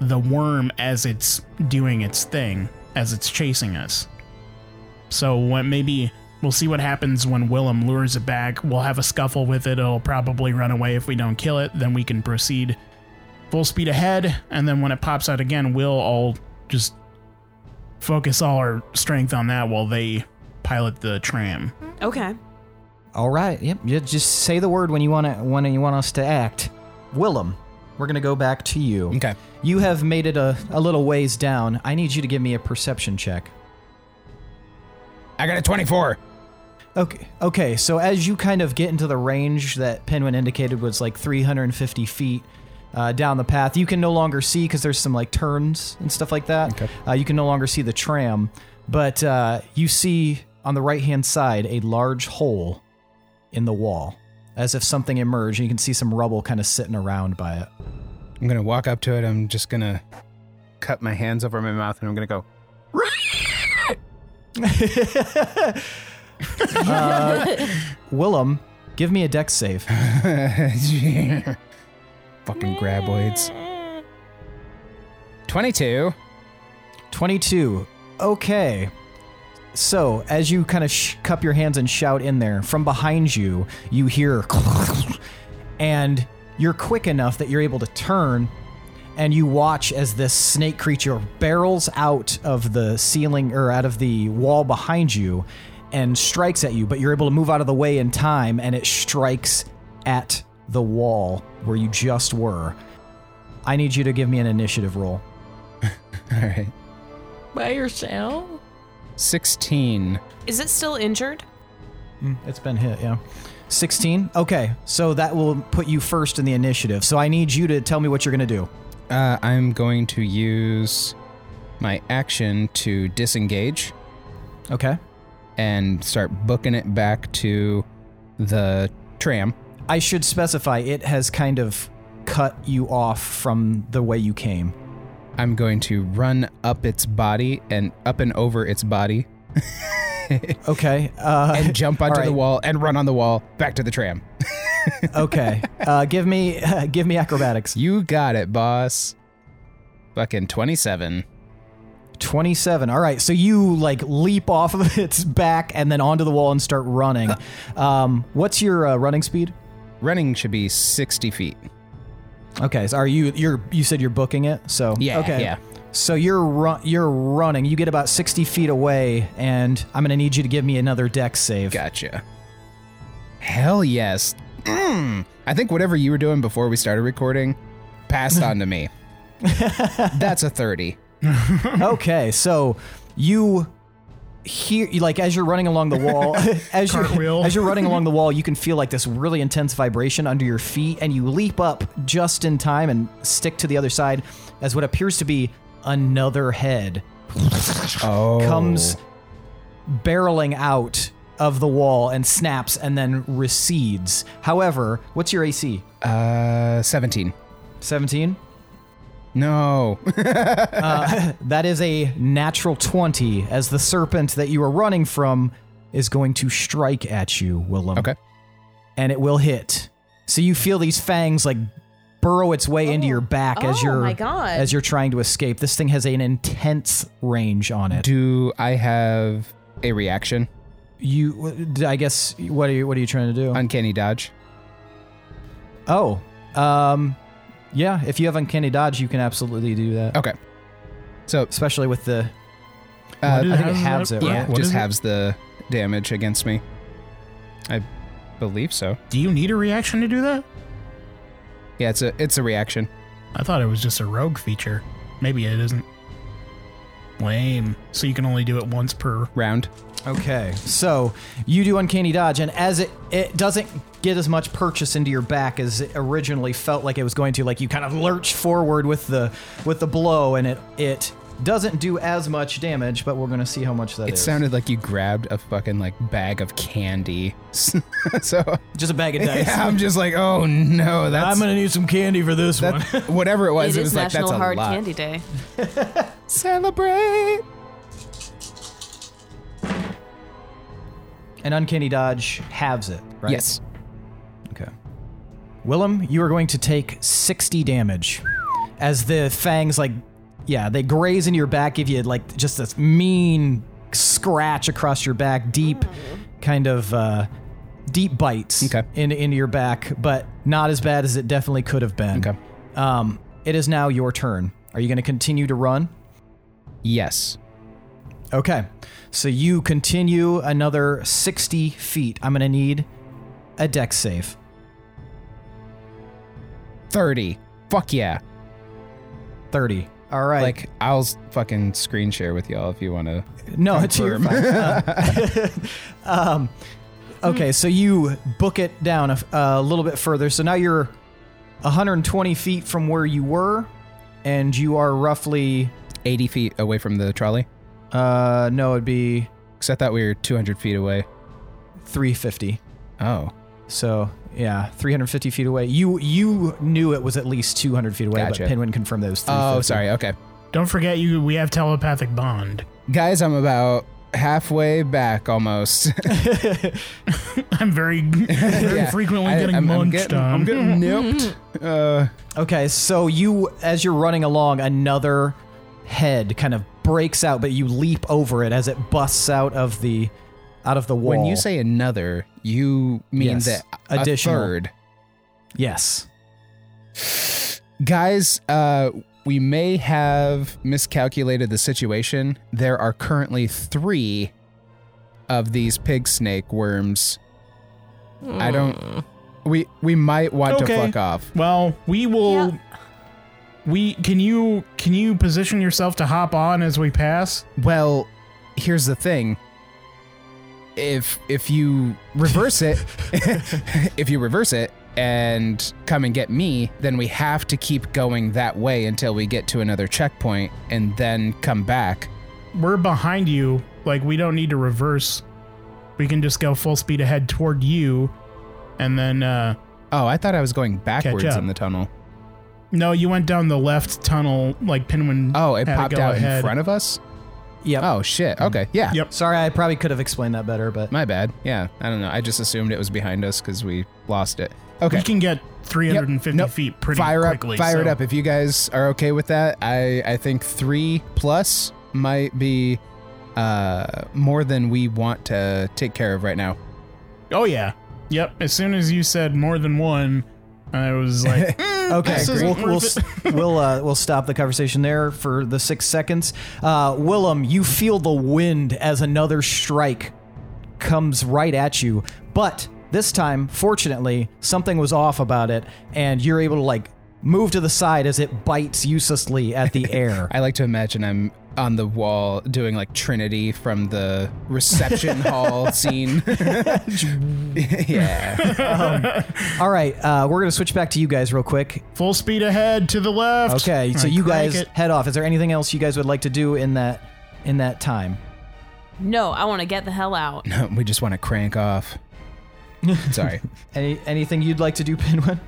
Speaker 3: the worm as it's doing its thing, as it's chasing us. So when maybe we'll see what happens when Willem lures it back. We'll have a scuffle with it. It'll probably run away if we don't kill it. Then we can proceed full speed ahead. And then when it pops out again, we'll all just focus all our strength on that while they pilot the tram.
Speaker 6: Okay.
Speaker 2: All right. Yep. You just say the word when you want to when you want us to act. Willem, we're gonna go back to you.
Speaker 4: Okay.
Speaker 2: You have made it a, a little ways down. I need you to give me a perception check.
Speaker 4: I got a 24.
Speaker 2: Okay. Okay. So as you kind of get into the range that Penguin indicated was like 350 feet uh, down the path, you can no longer see because there's some like turns and stuff like that. Okay. Uh, you can no longer see the tram, but uh, you see on the right hand side a large hole in the wall, as if something emerged. And you can see some rubble kind of sitting around by it.
Speaker 4: I'm going to walk up to it. I'm just going to cut my hands over my mouth and I'm going to go,
Speaker 2: Willem, give me a dex save.
Speaker 4: fucking graboids. 22.
Speaker 2: 22. Okay. So, as you kind of sh- cup your hands and shout in there, from behind you, you hear and you're quick enough that you're able to turn and you watch as this snake creature barrels out of the ceiling or out of the wall behind you and strikes at you, but you're able to move out of the way in time and it strikes at the wall where you just were. I need you to give me an initiative roll.
Speaker 4: All right.
Speaker 5: By yourself?
Speaker 4: 16.
Speaker 6: Is it still injured?
Speaker 2: It's been hit, yeah. 16? Okay, so that will put you first in the initiative. So I need you to tell me what you're going to do.
Speaker 4: Uh, I'm going to use my action to disengage
Speaker 2: Okay.
Speaker 4: and start booking it back to the tram.
Speaker 2: I should specify it has kind of cut you off from the way you came.
Speaker 4: I'm going to run up its body and up and over its body
Speaker 2: Okay. Uh,
Speaker 4: and jump onto
Speaker 2: all
Speaker 4: the
Speaker 2: right.
Speaker 4: wall and run on the wall back to the tram.
Speaker 2: okay. Uh, give me give me acrobatics.
Speaker 4: You got it, boss. Fucking 27.
Speaker 2: 27. All right, so you like leap off of its back and then onto the wall and start running. Um, what's your uh, running speed?
Speaker 4: Running should be 60 feet.
Speaker 2: Okay, so are you you're you said you're booking it? So
Speaker 4: Yeah,
Speaker 2: okay.
Speaker 4: yeah.
Speaker 2: So you're run, you're running. You get about 60 feet away, and I'm gonna need you to give me another deck save.
Speaker 4: Gotcha. Hell yes. Mm. I think whatever you were doing before we started recording passed on to me. That's a 30.
Speaker 2: okay, so you hear you- like as you're running along the wall, as you're,
Speaker 3: Cartwheel.
Speaker 2: as you're running along the wall, you can feel like this really intense vibration under your feet, and you leap up just in time and stick to the other side as what appears to be another head
Speaker 4: Oh.
Speaker 2: comes barreling out of the wall and snaps and then recedes. However, what's your AC?
Speaker 4: Uh, 17.
Speaker 2: 17?
Speaker 4: No.
Speaker 2: That is a natural 20 as the serpent that you are running from is going to strike at you, Willem.
Speaker 4: Okay.
Speaker 2: And it will hit. So you feel these fangs like burrow its way into your back as
Speaker 6: Oh,
Speaker 2: you're
Speaker 6: my God.
Speaker 2: as you're trying to escape. This thing has an intense range on it.
Speaker 4: Do I have a reaction?
Speaker 2: You I guess what are you what are you trying to do?
Speaker 4: Uncanny dodge.
Speaker 2: Oh, um, yeah. If you have uncanny dodge, you can absolutely do that.
Speaker 4: Okay. So,
Speaker 2: Especially with the
Speaker 4: uh,
Speaker 3: What
Speaker 2: I think it
Speaker 3: is
Speaker 2: halves it,
Speaker 3: What-
Speaker 4: yeah,
Speaker 3: what
Speaker 4: just
Speaker 3: is it?
Speaker 4: halves the damage against me. I believe so.
Speaker 3: Do you need a reaction to do that?
Speaker 4: Yeah, it's a it's a reaction.
Speaker 3: I thought it was just a rogue feature. Maybe it isn't. Lame. So you can only do it once per.
Speaker 4: Round.
Speaker 2: Okay, so you do uncanny dodge, and as it it doesn't get as much purchase into your back as it originally felt like it was going to, like you kind of lurch forward with the with the blow, and it it doesn't do as much damage, but we're gonna see how much that
Speaker 4: It
Speaker 2: is.
Speaker 4: sounded like you grabbed a fucking like bag of candy. so
Speaker 2: just a bag of dice.
Speaker 4: yeah, I'm just like, oh no, that's
Speaker 8: gonna need some candy for this one.
Speaker 4: that, whatever it was.
Speaker 6: It
Speaker 4: It,
Speaker 6: is
Speaker 4: was like
Speaker 6: National
Speaker 4: that's a
Speaker 6: Hard
Speaker 4: lot.
Speaker 6: Candy Day.
Speaker 4: Celebrate.
Speaker 2: An uncanny dodge halves it, right?
Speaker 4: Yes.
Speaker 2: Okay. Willem, you are going to take 60 damage as the fangs, like, yeah, they graze into your back, give you, like, just this mean scratch across your back, deep kind of, uh, deep bites
Speaker 4: Okay.
Speaker 2: in, into your back, but not as bad as it definitely could have been.
Speaker 4: Okay.
Speaker 2: Um, it is now your turn. Are you going to continue to run?
Speaker 4: Yes.
Speaker 2: Okay. So you continue another 60 feet. I'm going to need a deck save.
Speaker 4: Thirty. Fuck yeah.
Speaker 2: 30. All right.
Speaker 4: Like I'll s- fucking screen share with y'all if you want to.
Speaker 2: No, it's your
Speaker 4: Confirm.
Speaker 2: fault. Uh, um, okay, so you book it down a, f- a little bit further. So now you're 120 feet from where you were, and you are roughly,
Speaker 4: 80 feet away from the trolley.
Speaker 2: uh, no, it'd be
Speaker 4: Because I thought we were 200 feet away.
Speaker 2: 350.
Speaker 4: Oh,
Speaker 2: So yeah, 350 feet away. You you knew it was at least 200 feet away,
Speaker 4: Gotcha.
Speaker 2: but Penguin confirmed those.
Speaker 4: oh, sorry. Okay,
Speaker 3: Don't forget, you. We have telepathic bond.
Speaker 4: guys, I'm about halfway back almost.
Speaker 3: I'm very, very
Speaker 4: Yeah.
Speaker 3: frequently
Speaker 4: I-
Speaker 3: getting
Speaker 4: I'm- I'm
Speaker 3: munched um.
Speaker 4: getting-
Speaker 3: on.
Speaker 4: I'm getting nipped. Uh,
Speaker 2: Okay, so you, as you're running along, another head kind of breaks out, but you leap over it as it busts out of the out of the wall.
Speaker 4: when you say another, you mean
Speaker 2: Yes.
Speaker 4: that
Speaker 2: Additional.
Speaker 4: a third.
Speaker 2: yes,
Speaker 4: Guys, uh, we may have miscalculated the situation. There are currently three of these pig snake worms. I don't.
Speaker 2: Hmm.
Speaker 4: We we might want
Speaker 3: Okay.
Speaker 4: to fuck off.
Speaker 3: Well, we will. We can you can you position yourself to hop on as we pass?
Speaker 4: Well, here's the thing. If if you reverse it, if you reverse it and come and get me, then we have to keep going that way until we get to another checkpoint and then come back.
Speaker 3: We're behind you. Like we don't need to reverse. We can just go full speed ahead toward you, and then uh
Speaker 4: Oh, I thought I was going backwards
Speaker 3: up.
Speaker 4: in the tunnel.
Speaker 3: no, you went down the left tunnel like Pinwin.
Speaker 4: Oh, it
Speaker 3: had to
Speaker 4: popped
Speaker 3: go
Speaker 4: out in
Speaker 3: ahead.
Speaker 4: front of us?
Speaker 2: yep.
Speaker 4: Oh shit. Okay. Yeah.
Speaker 3: Yep.
Speaker 2: Sorry, I probably could have explained that better, but
Speaker 4: My bad. Yeah. I don't know. I just assumed it was behind us cuz we lost it.
Speaker 3: We
Speaker 4: Okay.
Speaker 3: can get 350
Speaker 4: Nope.
Speaker 3: feet pretty
Speaker 4: fire
Speaker 3: quickly.
Speaker 4: up fire it
Speaker 3: so-
Speaker 4: up if you guys are okay with that. I I think 3 plus might be uh, more than we want to take care of right now.
Speaker 3: Oh yeah. Yep. As soon as you said more than one, I was like, "Mm,
Speaker 2: Okay,
Speaker 3: this isn't
Speaker 2: we'll
Speaker 3: worth
Speaker 2: we'll,
Speaker 3: it."
Speaker 2: s- we'll, uh, we'll stop the conversation there for the six seconds. Uh, Willem, you feel the wind as another strike comes right at you, but this time, fortunately, something was off about it, and you're able to like move to the side as it bites uselessly at the air.
Speaker 4: I like to imagine I'm on the wall doing like Trinity from the reception hall scene. yeah.
Speaker 2: All right, uh, we're gonna switch back to you guys real quick.
Speaker 3: Full speed ahead to the left.
Speaker 2: Okay, so
Speaker 3: I
Speaker 2: you
Speaker 3: crank
Speaker 2: guys
Speaker 3: it.
Speaker 2: head off. Is there anything else you guys would like to do in that in that time?
Speaker 6: No, I want to get the hell out.
Speaker 4: No, we just want to crank off. Sorry.
Speaker 2: Any anything you'd like to do, Pinwin?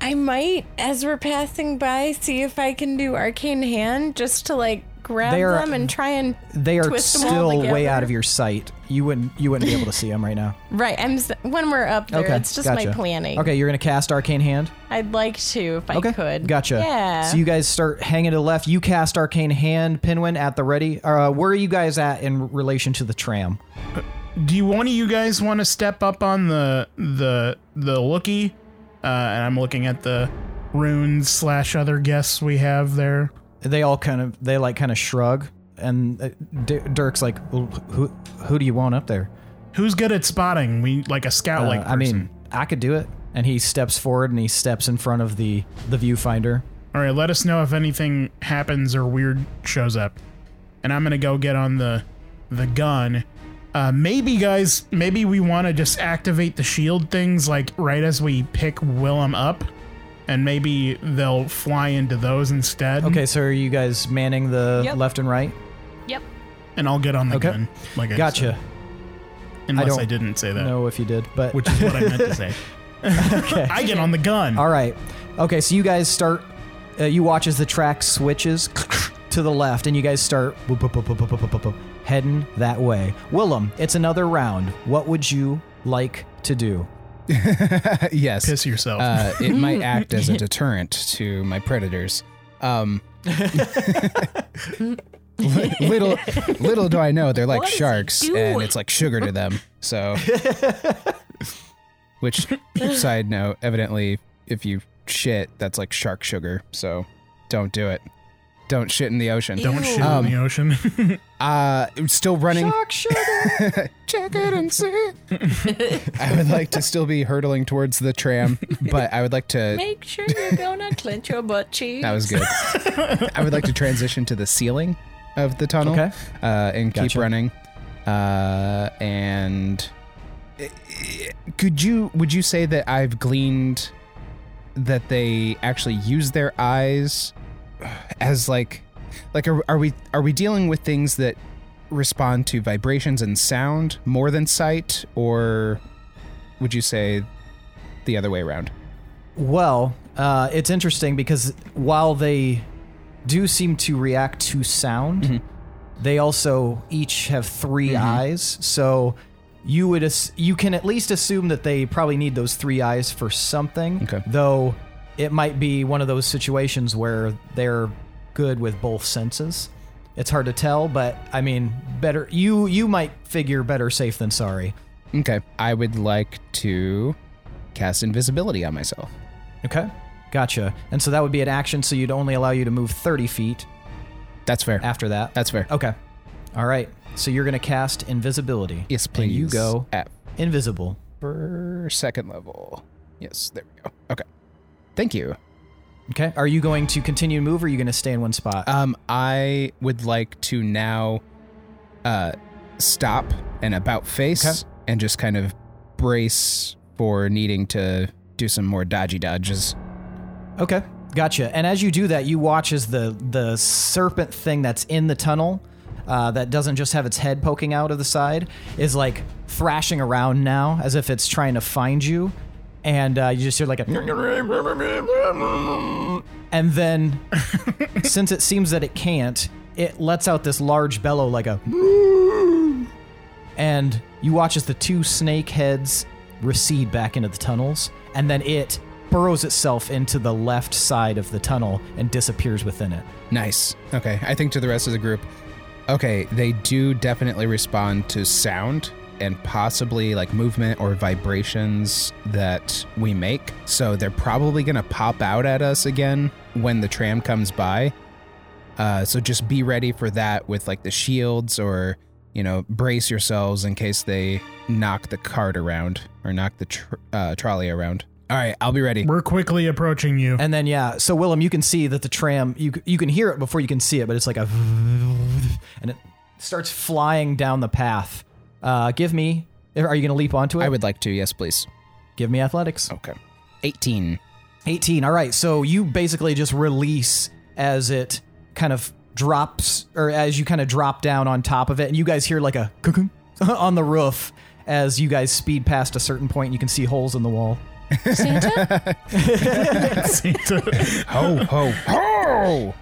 Speaker 5: I might, as we're passing by, see if I can do arcane hand just to like grab
Speaker 2: They are-
Speaker 5: them and try and.
Speaker 2: They are
Speaker 5: Twist 'em all
Speaker 2: still way
Speaker 5: together.
Speaker 2: out of your sight. You wouldn't you wouldn't be able to see them right now.
Speaker 5: Right, I'm s- when we're up there.
Speaker 2: Okay,
Speaker 5: it's just my
Speaker 2: gotcha.
Speaker 5: planning.
Speaker 2: Okay, you're gonna cast Arcane Hand.
Speaker 5: I'd like to if I
Speaker 2: Okay,
Speaker 5: could.
Speaker 2: gotcha.
Speaker 5: Yeah.
Speaker 2: So you guys start hanging to the left. You cast Arcane Hand, Pinwin at the ready. Uh, where are you guys at in relation to the tram?
Speaker 3: Do you one of you guys want to step up on the the the looky? Uh, and I'm looking at the runes slash other guests we have there.
Speaker 2: They all kind of they like kind of shrug, and uh, D- Dirk's like, well, who who do you want up there?
Speaker 3: Who's good at spotting? We like a scout
Speaker 2: Uh,
Speaker 3: like.
Speaker 2: I mean, I could do it. And he steps forward and he steps in front of the the viewfinder.
Speaker 3: all right. Let us know if anything happens or weird shows up. And I'm gonna go get on the the gun. Uh, maybe guys, maybe we want to just activate the shield things like right as we pick Willem up, and maybe they'll fly into those instead.
Speaker 2: Okay, so are you guys manning the
Speaker 6: Yep.
Speaker 2: left and right?
Speaker 3: And I'll get on the
Speaker 2: Okay.
Speaker 3: gun. Like I said.
Speaker 2: Gotcha.
Speaker 3: Unless I,
Speaker 2: don't
Speaker 3: didn't say that,
Speaker 2: No, if you did, but
Speaker 3: which is what I meant to say.
Speaker 2: okay.
Speaker 3: I get on the gun.
Speaker 2: All right. Okay, so you guys start. Uh, you watch as the track switches to the left, and you guys start boop, boop, boop, boop, boop, boop, boop, boop, heading that way. Willem, it's another round. What would you like to do?
Speaker 4: yes.
Speaker 3: Piss yourself.
Speaker 4: Uh, it might act as a deterrent to my predators. Um, li- little, little do I know they're like
Speaker 6: What is he
Speaker 4: sharks, and
Speaker 6: doing?
Speaker 4: it's like sugar to them. So, which side note, evidently, if you shit, that's like shark sugar. So, don't do it. Don't shit in the ocean.
Speaker 3: Don't shit
Speaker 4: Um,
Speaker 3: in the ocean.
Speaker 4: Uh, still running.
Speaker 2: Fuck, sure.
Speaker 4: Check it and see. I would like to still be hurtling towards the tram, but I would like to
Speaker 5: Make sure you're gonna clench your butt cheeks.
Speaker 4: That was good. I would like to transition to the ceiling of the tunnel
Speaker 2: Okay.
Speaker 4: uh, and keep
Speaker 2: Gotcha.
Speaker 4: running. Uh, and eh, could you would you say that I've gleaned that they actually use their eyes as like like are, are we are we dealing with things that respond to vibrations and sound more than sight or would you say the other way around?
Speaker 2: Well, uh, it's interesting because while they do seem to react to sound, they also each have 3 eyes. So you would ass- you can at least assume that they probably need those three eyes for something.
Speaker 4: Okay.
Speaker 2: Though it might be one of those situations where they're good with both senses. It's hard to tell, but I mean, better you you might figure better safe than sorry.
Speaker 4: Okay. I would like to cast invisibility on myself.
Speaker 2: Okay. Gotcha. And so that would be an action, so you'd only allow you to move 30 feet
Speaker 4: That's fair.
Speaker 2: after that.
Speaker 4: That's fair.
Speaker 2: Okay. All right. So you're going to cast invisibility.
Speaker 4: Yes, please. Uh,
Speaker 2: And you go
Speaker 4: at
Speaker 2: invisible.
Speaker 4: for second level. Yes, there we go. Okay. Thank you.
Speaker 2: Okay. Are you going to continue to move or are you going to stay in one spot?
Speaker 4: Um, I would like to now uh stop and about face
Speaker 2: Okay.
Speaker 4: and just kind of brace for needing to do some more dodgy dodges.
Speaker 2: okay. Gotcha. And as you do that, you watch as the the serpent thing that's in the tunnel uh, that doesn't just have its head poking out of the side is like thrashing around now as if it's trying to find you. And uh, you just hear like a. And then, since it seems that it can't, it lets out this large bellow like a. and you watch as the two snake heads recede back into the tunnels, and then it burrows itself into the left side of the tunnel and disappears within it.
Speaker 4: Nice. Okay, I think to the rest of the group. Okay, they do definitely respond to sound and possibly like movement or vibrations that we make. So they're probably going to pop out at us again when the tram comes by. Uh, so just be ready for that with like the shields or, you know, brace yourselves in case they knock the cart around or knock the tr- uh, trolley around. All right, I'll be ready.
Speaker 3: We're quickly approaching you.
Speaker 2: And then yeah, so Willem, you can see that the tram you you can hear it before you can see it, but it's like a and it starts flying down the path. Uh, give me. Are you going to leap onto it?
Speaker 4: I would like to. Yes, please.
Speaker 2: Give me athletics.
Speaker 4: Okay. 18.
Speaker 2: 18. All right. So you basically just release as it kind of drops, or as you kind of drop down on top of it, and you guys hear like a cuckoo on the roof as you guys speed past a certain point. And you can see holes in the wall.
Speaker 5: Santa?
Speaker 4: Ho, ho, ho!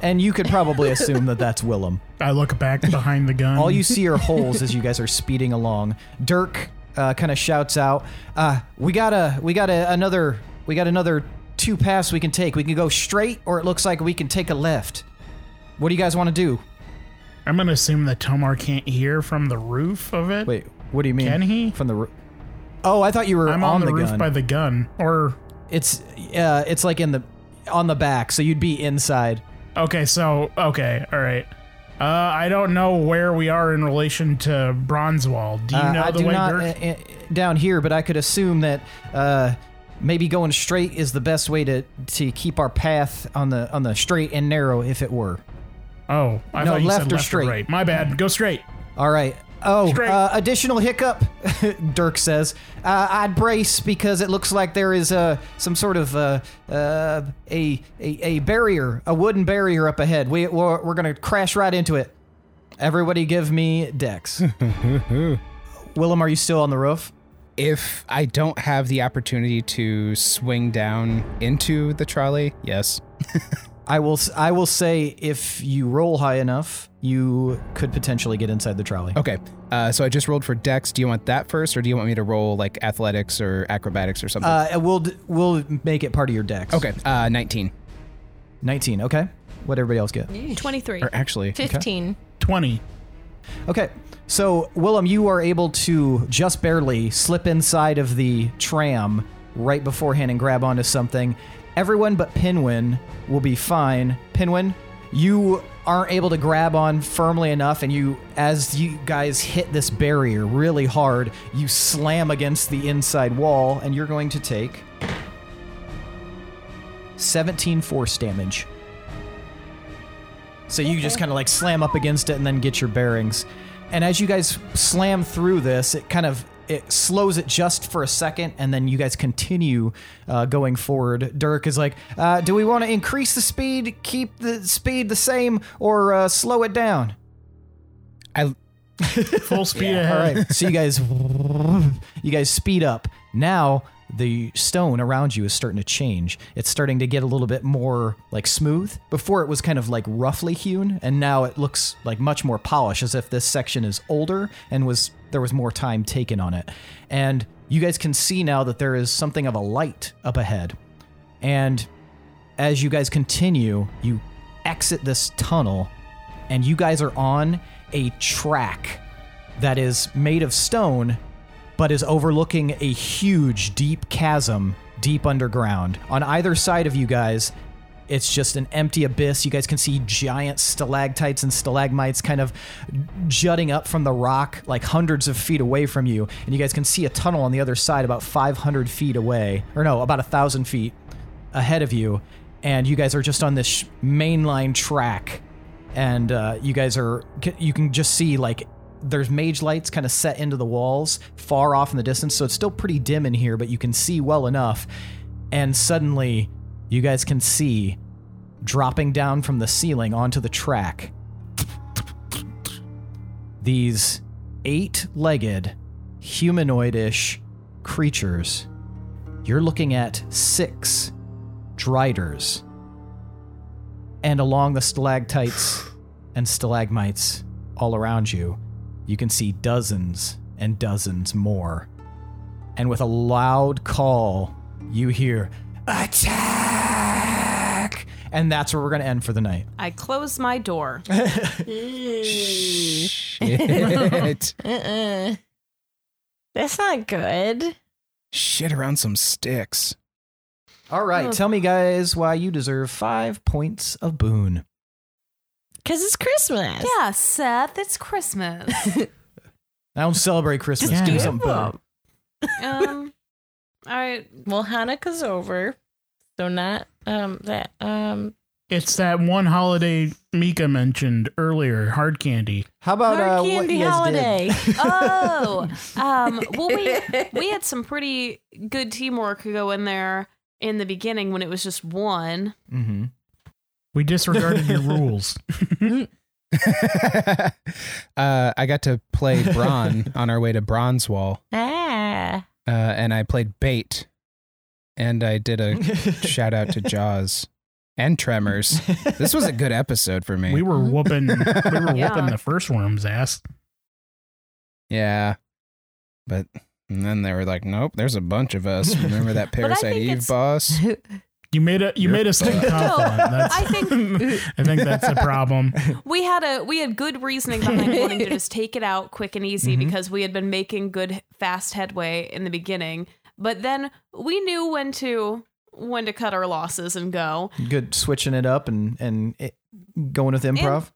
Speaker 2: And you could probably assume that that's Willem.
Speaker 3: I look back behind the gun.
Speaker 2: All you see are holes as you guys are speeding along. Dirk uh, kind of shouts out, uh, "We got a, we got a, another, we got another two paths we can take. We can go straight, or it looks like we can take a left. What do you guys want to do?
Speaker 3: I'm gonna assume that Tomar can't hear from the roof of it.
Speaker 2: Wait, what do you mean?
Speaker 3: Can he?
Speaker 2: From the, ro- oh, I thought you were
Speaker 3: I'm on, the, roof
Speaker 2: gun.
Speaker 3: by the gun. Or
Speaker 2: it's, uh, it's like in the, on the back, so you'd be inside.
Speaker 3: okay, so okay, all right. Uh, I don't know where we are in relation to Bronzewall. Do you
Speaker 2: Uh,
Speaker 3: know
Speaker 2: I
Speaker 3: the
Speaker 2: do
Speaker 3: way?
Speaker 2: not
Speaker 3: Dirk?
Speaker 2: uh, uh, down here, but I could assume that uh, maybe going straight is the best way to to keep our path on the on the straight and narrow, if it were.
Speaker 3: oh, I
Speaker 2: uh, no,
Speaker 3: thought you
Speaker 2: left
Speaker 3: said
Speaker 2: or
Speaker 3: left
Speaker 2: straight?
Speaker 3: or right. My bad. Go straight.
Speaker 2: All right. Oh,
Speaker 3: Straight.
Speaker 2: uh, additional hiccup, Dirk says. Uh, I'd brace because it looks like there is uh, some sort of uh, uh, a, a a barrier, a wooden barrier up ahead. We we're, we're gonna crash right into it. Everybody, give me Dex. Willem, are you still on the roof?
Speaker 4: If I don't have the opportunity to swing down into the trolley, yes.
Speaker 2: I will. s- I will say if you roll high enough, you could potentially get inside the trolley.
Speaker 4: Okay. Uh, so I just rolled for Dex. Do you want that first, or do you want me to roll like athletics or acrobatics or something?
Speaker 2: Uh, we'll d- we'll make it part of your dex.
Speaker 4: okay. Uh, 19.
Speaker 2: Nineteen. Okay. What everybody else get? Er,
Speaker 6: 23.
Speaker 4: Or actually,
Speaker 5: 15.
Speaker 3: Twenty.
Speaker 2: Okay. So Willem, you are able to just barely slip inside of the tram right beforehand and grab onto something. Everyone but Pinwin will be fine. Pinwin, you aren't able to grab on firmly enough, and you, as you guys hit this barrier really hard, you slam against the inside wall, and you're going to take 17 force damage. So you just kind of like slam up against it and then get your bearings. And as you guys slam through this, it kind of it slows it just for a second, and then you guys continue uh, going forward. Dirk is like, uh, "Do we want to increase the speed, keep the speed the same, or uh, slow it down?"
Speaker 4: I
Speaker 3: Full speed
Speaker 2: All
Speaker 3: ahead.
Speaker 2: right. So you guys, you guys speed up. Now the stone around you is starting to change. It's starting to get a little bit more like smooth. Before it was kind of like roughly hewn, and now it looks like much more polished, as if this section is older and was there was more time taken on it. And you guys can see now that there is something of a light up ahead. And as you guys continue, you exit this tunnel, and you guys are on a track that is made of stone, but is overlooking a huge, deep chasm deep underground. On either side of you guys, it's just an empty abyss. You guys can see giant stalactites and stalagmites kind of jutting up from the rock, like hundreds of feet away from you. And you guys can see a tunnel on the other side, about 500 feet away, or no, about a thousand feet ahead of you. And you guys are just on this sh- mainline track and uh, you guys are c- you can just see like there's mage lights kind of set into the walls far off in the distance so it's still pretty dim in here but you can see well enough and suddenly you guys can see dropping down from the ceiling onto the track these eight-legged humanoid-ish creatures you're looking at six driders and along the stalactites and stalagmites all around you, you can see dozens and dozens more. And with a loud call, you hear attack, and that's where we're gonna end for the night.
Speaker 6: I close my door.
Speaker 4: Shit.
Speaker 5: Uh-uh. That's not good.
Speaker 4: Shit around some sticks.
Speaker 2: All
Speaker 3: Oh.
Speaker 2: right, tell me guys why you deserve five points of boon.
Speaker 5: Because it's Christmas.
Speaker 6: yeah, Seth, it's Christmas.
Speaker 2: I don't celebrate Christmas.
Speaker 3: Just
Speaker 2: do
Speaker 3: give
Speaker 2: something better.
Speaker 6: um, all right.
Speaker 5: Well, Hanukkah's over. So not um that um
Speaker 3: It's that one holiday Mika mentioned earlier, hard candy.
Speaker 2: How about
Speaker 5: hard
Speaker 2: uh, what
Speaker 5: candy
Speaker 2: you guys did?
Speaker 5: holiday.
Speaker 6: Oh, um, well, we we had some pretty good teamwork go in there in the beginning when it was just one.
Speaker 2: Mm-hmm.
Speaker 3: We disregarded your rules.
Speaker 4: uh, I got to play Brawn on our way to Bronze Wall,
Speaker 5: ah.
Speaker 4: uh, and I played Bait, and I did a shout out to Jaws and Tremors. This was a good episode for me.
Speaker 3: We were whooping we were
Speaker 6: Yeah.
Speaker 3: whooping the first worm's ass.
Speaker 4: yeah, but and then they were like, "Nope, there's a bunch of us." Remember that
Speaker 6: But I
Speaker 4: Parasite
Speaker 6: think
Speaker 4: Eve
Speaker 6: it's-
Speaker 4: boss?
Speaker 3: You made a you made us think confident. That's,
Speaker 6: I think-
Speaker 3: I think that's a problem.
Speaker 6: We had a we had good reasoning behind wanting to just take it out quick and easy
Speaker 2: Mhm.
Speaker 6: because we had been making good fast headway in the beginning, but then we knew when to when to cut our losses and go.
Speaker 2: Good switching it up and and it, going with improv.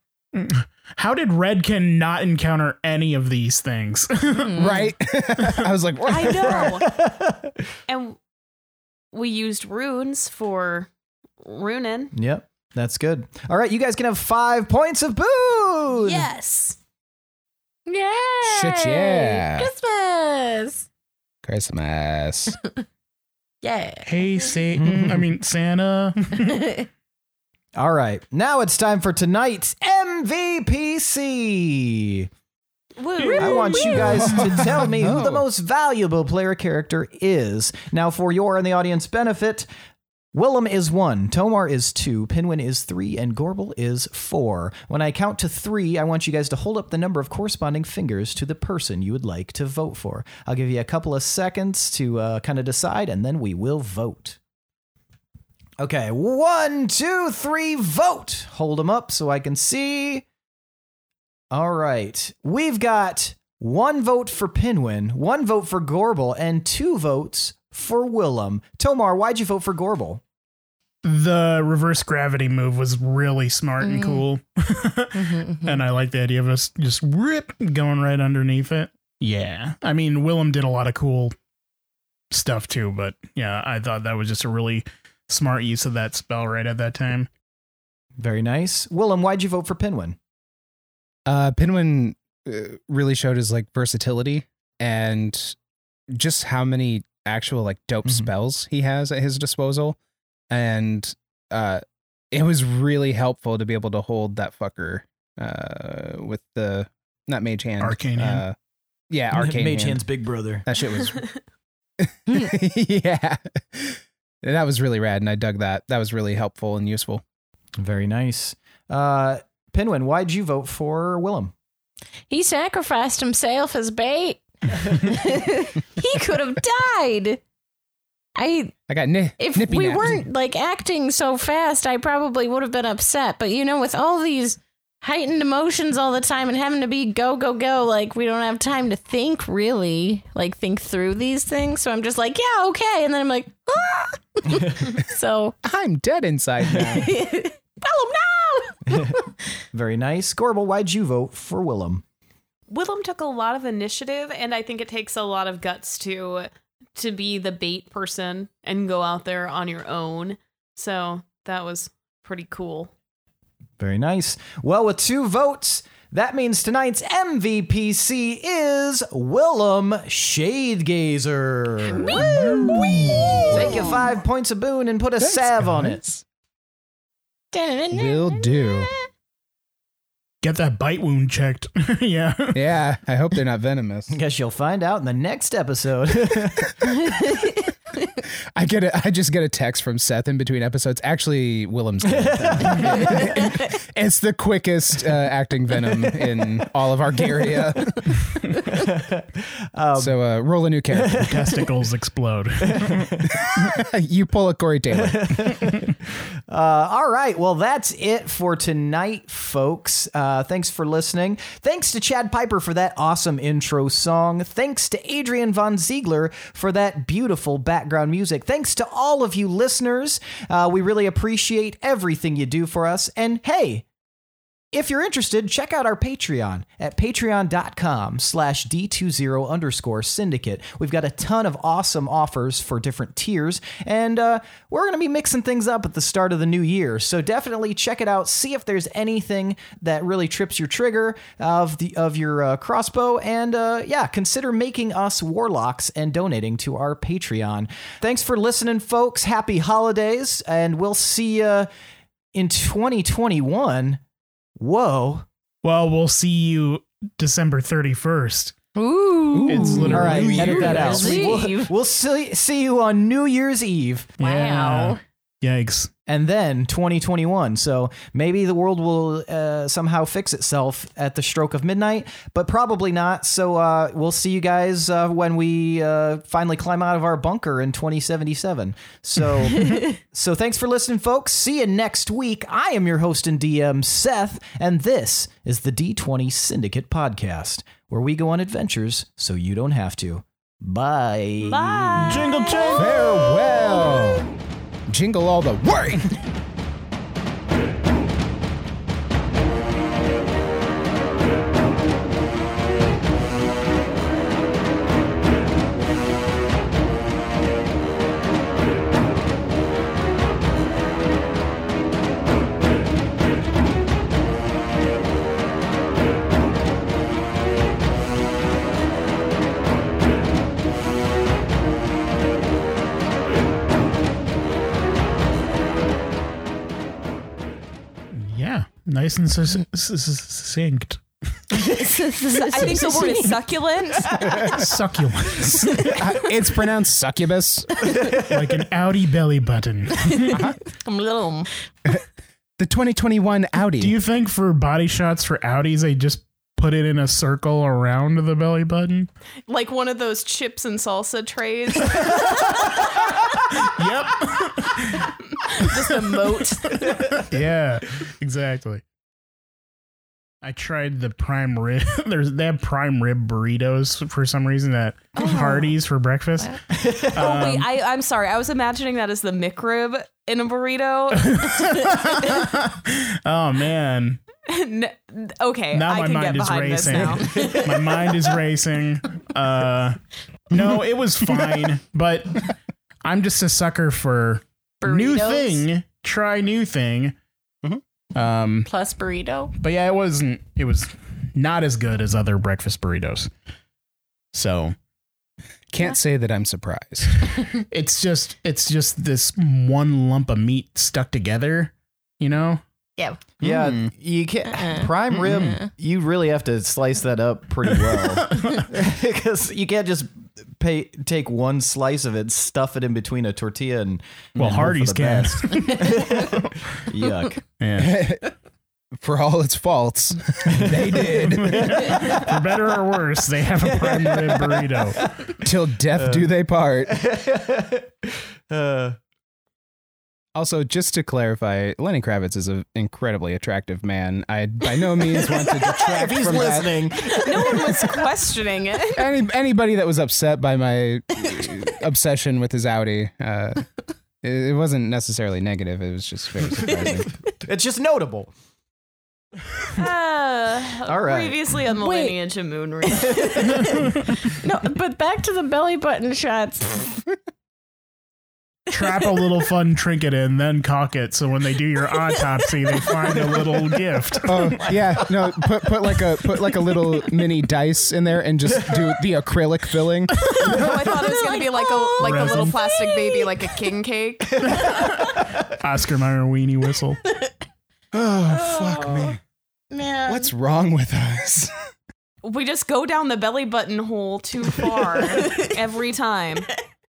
Speaker 3: How did Redken not encounter any of these things?
Speaker 4: Right? I was like,
Speaker 6: I know. and we used runes for runin.
Speaker 2: yep, that's good. All right, you guys can have five points of boon.
Speaker 6: Yes.
Speaker 5: Yeah.
Speaker 4: Shit, yeah.
Speaker 5: Christmas.
Speaker 4: Christmas.
Speaker 5: Yeah.
Speaker 3: hey Satan, I mean Santa.
Speaker 5: Mm-hmm,
Speaker 2: All right, now it's time for tonight's MVPC. I want you guys to tell me who the most valuable player character is. Now, for your and the audience benefit, Willem is one, Tomar is two, Pinwin is three, and Gorbel is four. When I count to three, I want you guys to hold up the number of corresponding fingers to the person you would like to vote for. I'll give you a couple of seconds to uh, kind of decide, and then we will vote. Okay, one, two, three, vote. Hold them up so I can see. All right. We've got one vote for Pinwin, one vote for Gorbel, and two votes for Willem. Tomar, why'd you vote for Gorbel?
Speaker 3: the reverse gravity move was really smart
Speaker 6: Mm.
Speaker 3: and cool.
Speaker 6: Mm-hmm.
Speaker 5: mm-hmm.
Speaker 3: and I like the idea of us just rip going right underneath it. Yeah. I mean, Willem did a lot of cool stuff too, but yeah, I thought that was just a really smart use of that spell right at that time.
Speaker 2: Very nice. Willem, why'd you vote for Pinwin?
Speaker 4: Uh, Pinwin uh, really showed his like versatility and just how many actual like dope
Speaker 2: Mhm.
Speaker 4: spells he has at his disposal, and uh, it was really helpful to be able to hold that fucker uh with the not mage hand
Speaker 3: Arcane hand.
Speaker 4: uh, yeah arcane
Speaker 2: Mage
Speaker 4: hand.
Speaker 2: Hand's big Hmm. brother.
Speaker 4: That shit was. yeah. That was really rad, and I dug that. That was really helpful and useful.
Speaker 2: Very nice. Uh, Pinwin, why'd you vote for Willem?
Speaker 5: He sacrificed himself as bait. he could have died. I
Speaker 4: I got ni-
Speaker 5: if
Speaker 4: nippy
Speaker 5: we
Speaker 4: naps.
Speaker 5: weren't like acting so fast, I probably would have been upset. But you know, with all these heightened emotions all the time and having to be go go go, like we don't have time to think really, like think through these things. So I'm just like, yeah, okay, and then I'm like, ah! so
Speaker 4: I'm dead inside now.
Speaker 5: Gollum, no.
Speaker 2: Very nice. Gorbel, why'd you vote for Willem?
Speaker 6: Willem took a lot of initiative, and I think it takes a lot of guts to to be the bait person and go out there on your own. So that was pretty cool.
Speaker 2: Very nice. Well, with two votes, that means tonight's MVPC is Willem Shadegazer. Take your five points of boon and put a salve on it.
Speaker 4: Will do.
Speaker 3: Get that bite wound checked. yeah.
Speaker 4: Yeah, I hope they're not venomous.
Speaker 2: Guess you'll find out in the next episode.
Speaker 4: I get a, I just get a text from Seth in between episodes. Actually, Willem's. doing it. it's the quickest uh, acting venom in all of Argaria.
Speaker 2: Um,
Speaker 4: so uh, roll a new character.
Speaker 3: Testicles explode.
Speaker 4: you pull a Corey Taylor.
Speaker 2: Uh, all right. Well, that's it for tonight, folks. Uh, thanks for listening. Thanks to Chad Piper for that awesome intro song. Thanks to Adrian Von Ziegler for that beautiful background music. Thanks to all of you listeners. Uh, we really appreciate everything you do for us. And hey, if you're interested, check out our Patreon at patreon.com slash d20 underscore syndicate. We've got a ton of awesome offers for different tiers, and uh, we're going to be mixing things up at the start of the new year. So definitely check it out. See if there's anything that really trips your trigger of the of your uh, crossbow, and uh, yeah, consider making us warlocks and donating to our Patreon. Thanks for listening, folks. Happy holidays, and we'll see you in 2021. Whoa.
Speaker 3: well, we'll see you December 31st.
Speaker 5: Ooh.
Speaker 3: It's literally.
Speaker 2: All right, edit that out.
Speaker 5: Year's
Speaker 2: We'll,
Speaker 5: Eve.
Speaker 2: we'll see, see you on New Year's Eve
Speaker 5: Wow.
Speaker 3: Yeah. Yikes.
Speaker 2: and then 2021. So maybe the world will uh, somehow fix itself at the stroke of midnight, but probably not. So uh, we'll see you guys uh, when we uh, finally climb out of our bunker in 2077. So, so thanks for listening, folks. See you next week. I am your host and DM, Seth, and this is the D20 Syndicate podcast, where we go on adventures so you don't have to. Bye.
Speaker 5: Bye.
Speaker 8: Jingle jingle!
Speaker 4: Farewell. Jingle all the way.
Speaker 3: Yeah. Nice and sus- sus- succinct.
Speaker 6: I think the word is succulent.
Speaker 3: Succulents.
Speaker 4: Uh, it's pronounced succubus.
Speaker 3: like an Audi belly button.
Speaker 5: I'm little.
Speaker 4: The 2021 Audi.
Speaker 3: Do you think for body shots for Audis, they just put it in a circle around the belly button?
Speaker 6: like one of those chips and salsa trays.
Speaker 3: Yep.
Speaker 6: Just a moat.
Speaker 3: yeah, exactly. I tried the prime rib. There's they have prime rib burritos for some reason at Hardee's for breakfast.
Speaker 6: oh
Speaker 4: Um,
Speaker 6: wait, I, I'm sorry. I was imagining that as the McRib in a burrito.
Speaker 3: oh man,
Speaker 6: N- okay,
Speaker 3: now my
Speaker 6: I can get
Speaker 3: mind is
Speaker 6: behind this
Speaker 3: racing.
Speaker 6: now.
Speaker 3: my mind is racing. Uh, no, it was fine, but I'm just a sucker for new
Speaker 5: Burritos?
Speaker 3: thing. Try new thing. Um,
Speaker 5: Plus burrito.
Speaker 3: but yeah, it wasn't. It was not as good as other breakfast burritos. So
Speaker 4: Can't say that I'm surprised.
Speaker 3: it's just it's just this one lump of meat stuck together, you know?
Speaker 5: Yeah.
Speaker 2: Yeah,
Speaker 3: Hmm.
Speaker 4: Mm.
Speaker 2: you can't.
Speaker 5: Uh-uh.
Speaker 2: Prime rib,
Speaker 5: Mm-mm.
Speaker 2: you really have to slice that up pretty well because you can't just pay, take one slice of it, stuff it in between a tortilla, and
Speaker 3: Well,
Speaker 2: and hope for
Speaker 3: Hardee's
Speaker 2: the
Speaker 3: can.
Speaker 2: best. Yuck.
Speaker 3: Yeah.
Speaker 4: For all its faults, they did.
Speaker 3: For better or worse, they have a prime rib burrito.
Speaker 4: Till death do they part.
Speaker 2: Uh,
Speaker 4: Also, just to clarify, Lenny Kravitz is an incredibly attractive man. I by no means want to detract
Speaker 2: he's
Speaker 4: from that.
Speaker 2: listening.
Speaker 6: no one was questioning it.
Speaker 4: Any, anybody that was upset by my uh, obsession with his Audi, uh, it, it wasn't necessarily negative. It was just very surprising. Oh,
Speaker 2: It's just notable.
Speaker 6: Uh,
Speaker 2: All right.
Speaker 6: Previously on the
Speaker 5: Wait.
Speaker 6: lineage of Moonreach.
Speaker 5: No, but back to the belly button shots.
Speaker 3: Trap a little fun trinket in, then cock it. So when they do your autopsy, they find a little gift.
Speaker 4: oh yeah, no, put put like a put like a little mini dice in there and just do the acrylic filling.
Speaker 6: oh, I thought it was gonna be like a like a little
Speaker 3: Resin.
Speaker 6: plastic baby, like a king cake.
Speaker 3: Oscar Mayer weenie whistle.
Speaker 4: Oh fuck me!
Speaker 5: Man.
Speaker 4: What's wrong with us?
Speaker 6: We just go down the belly button hole too far every time.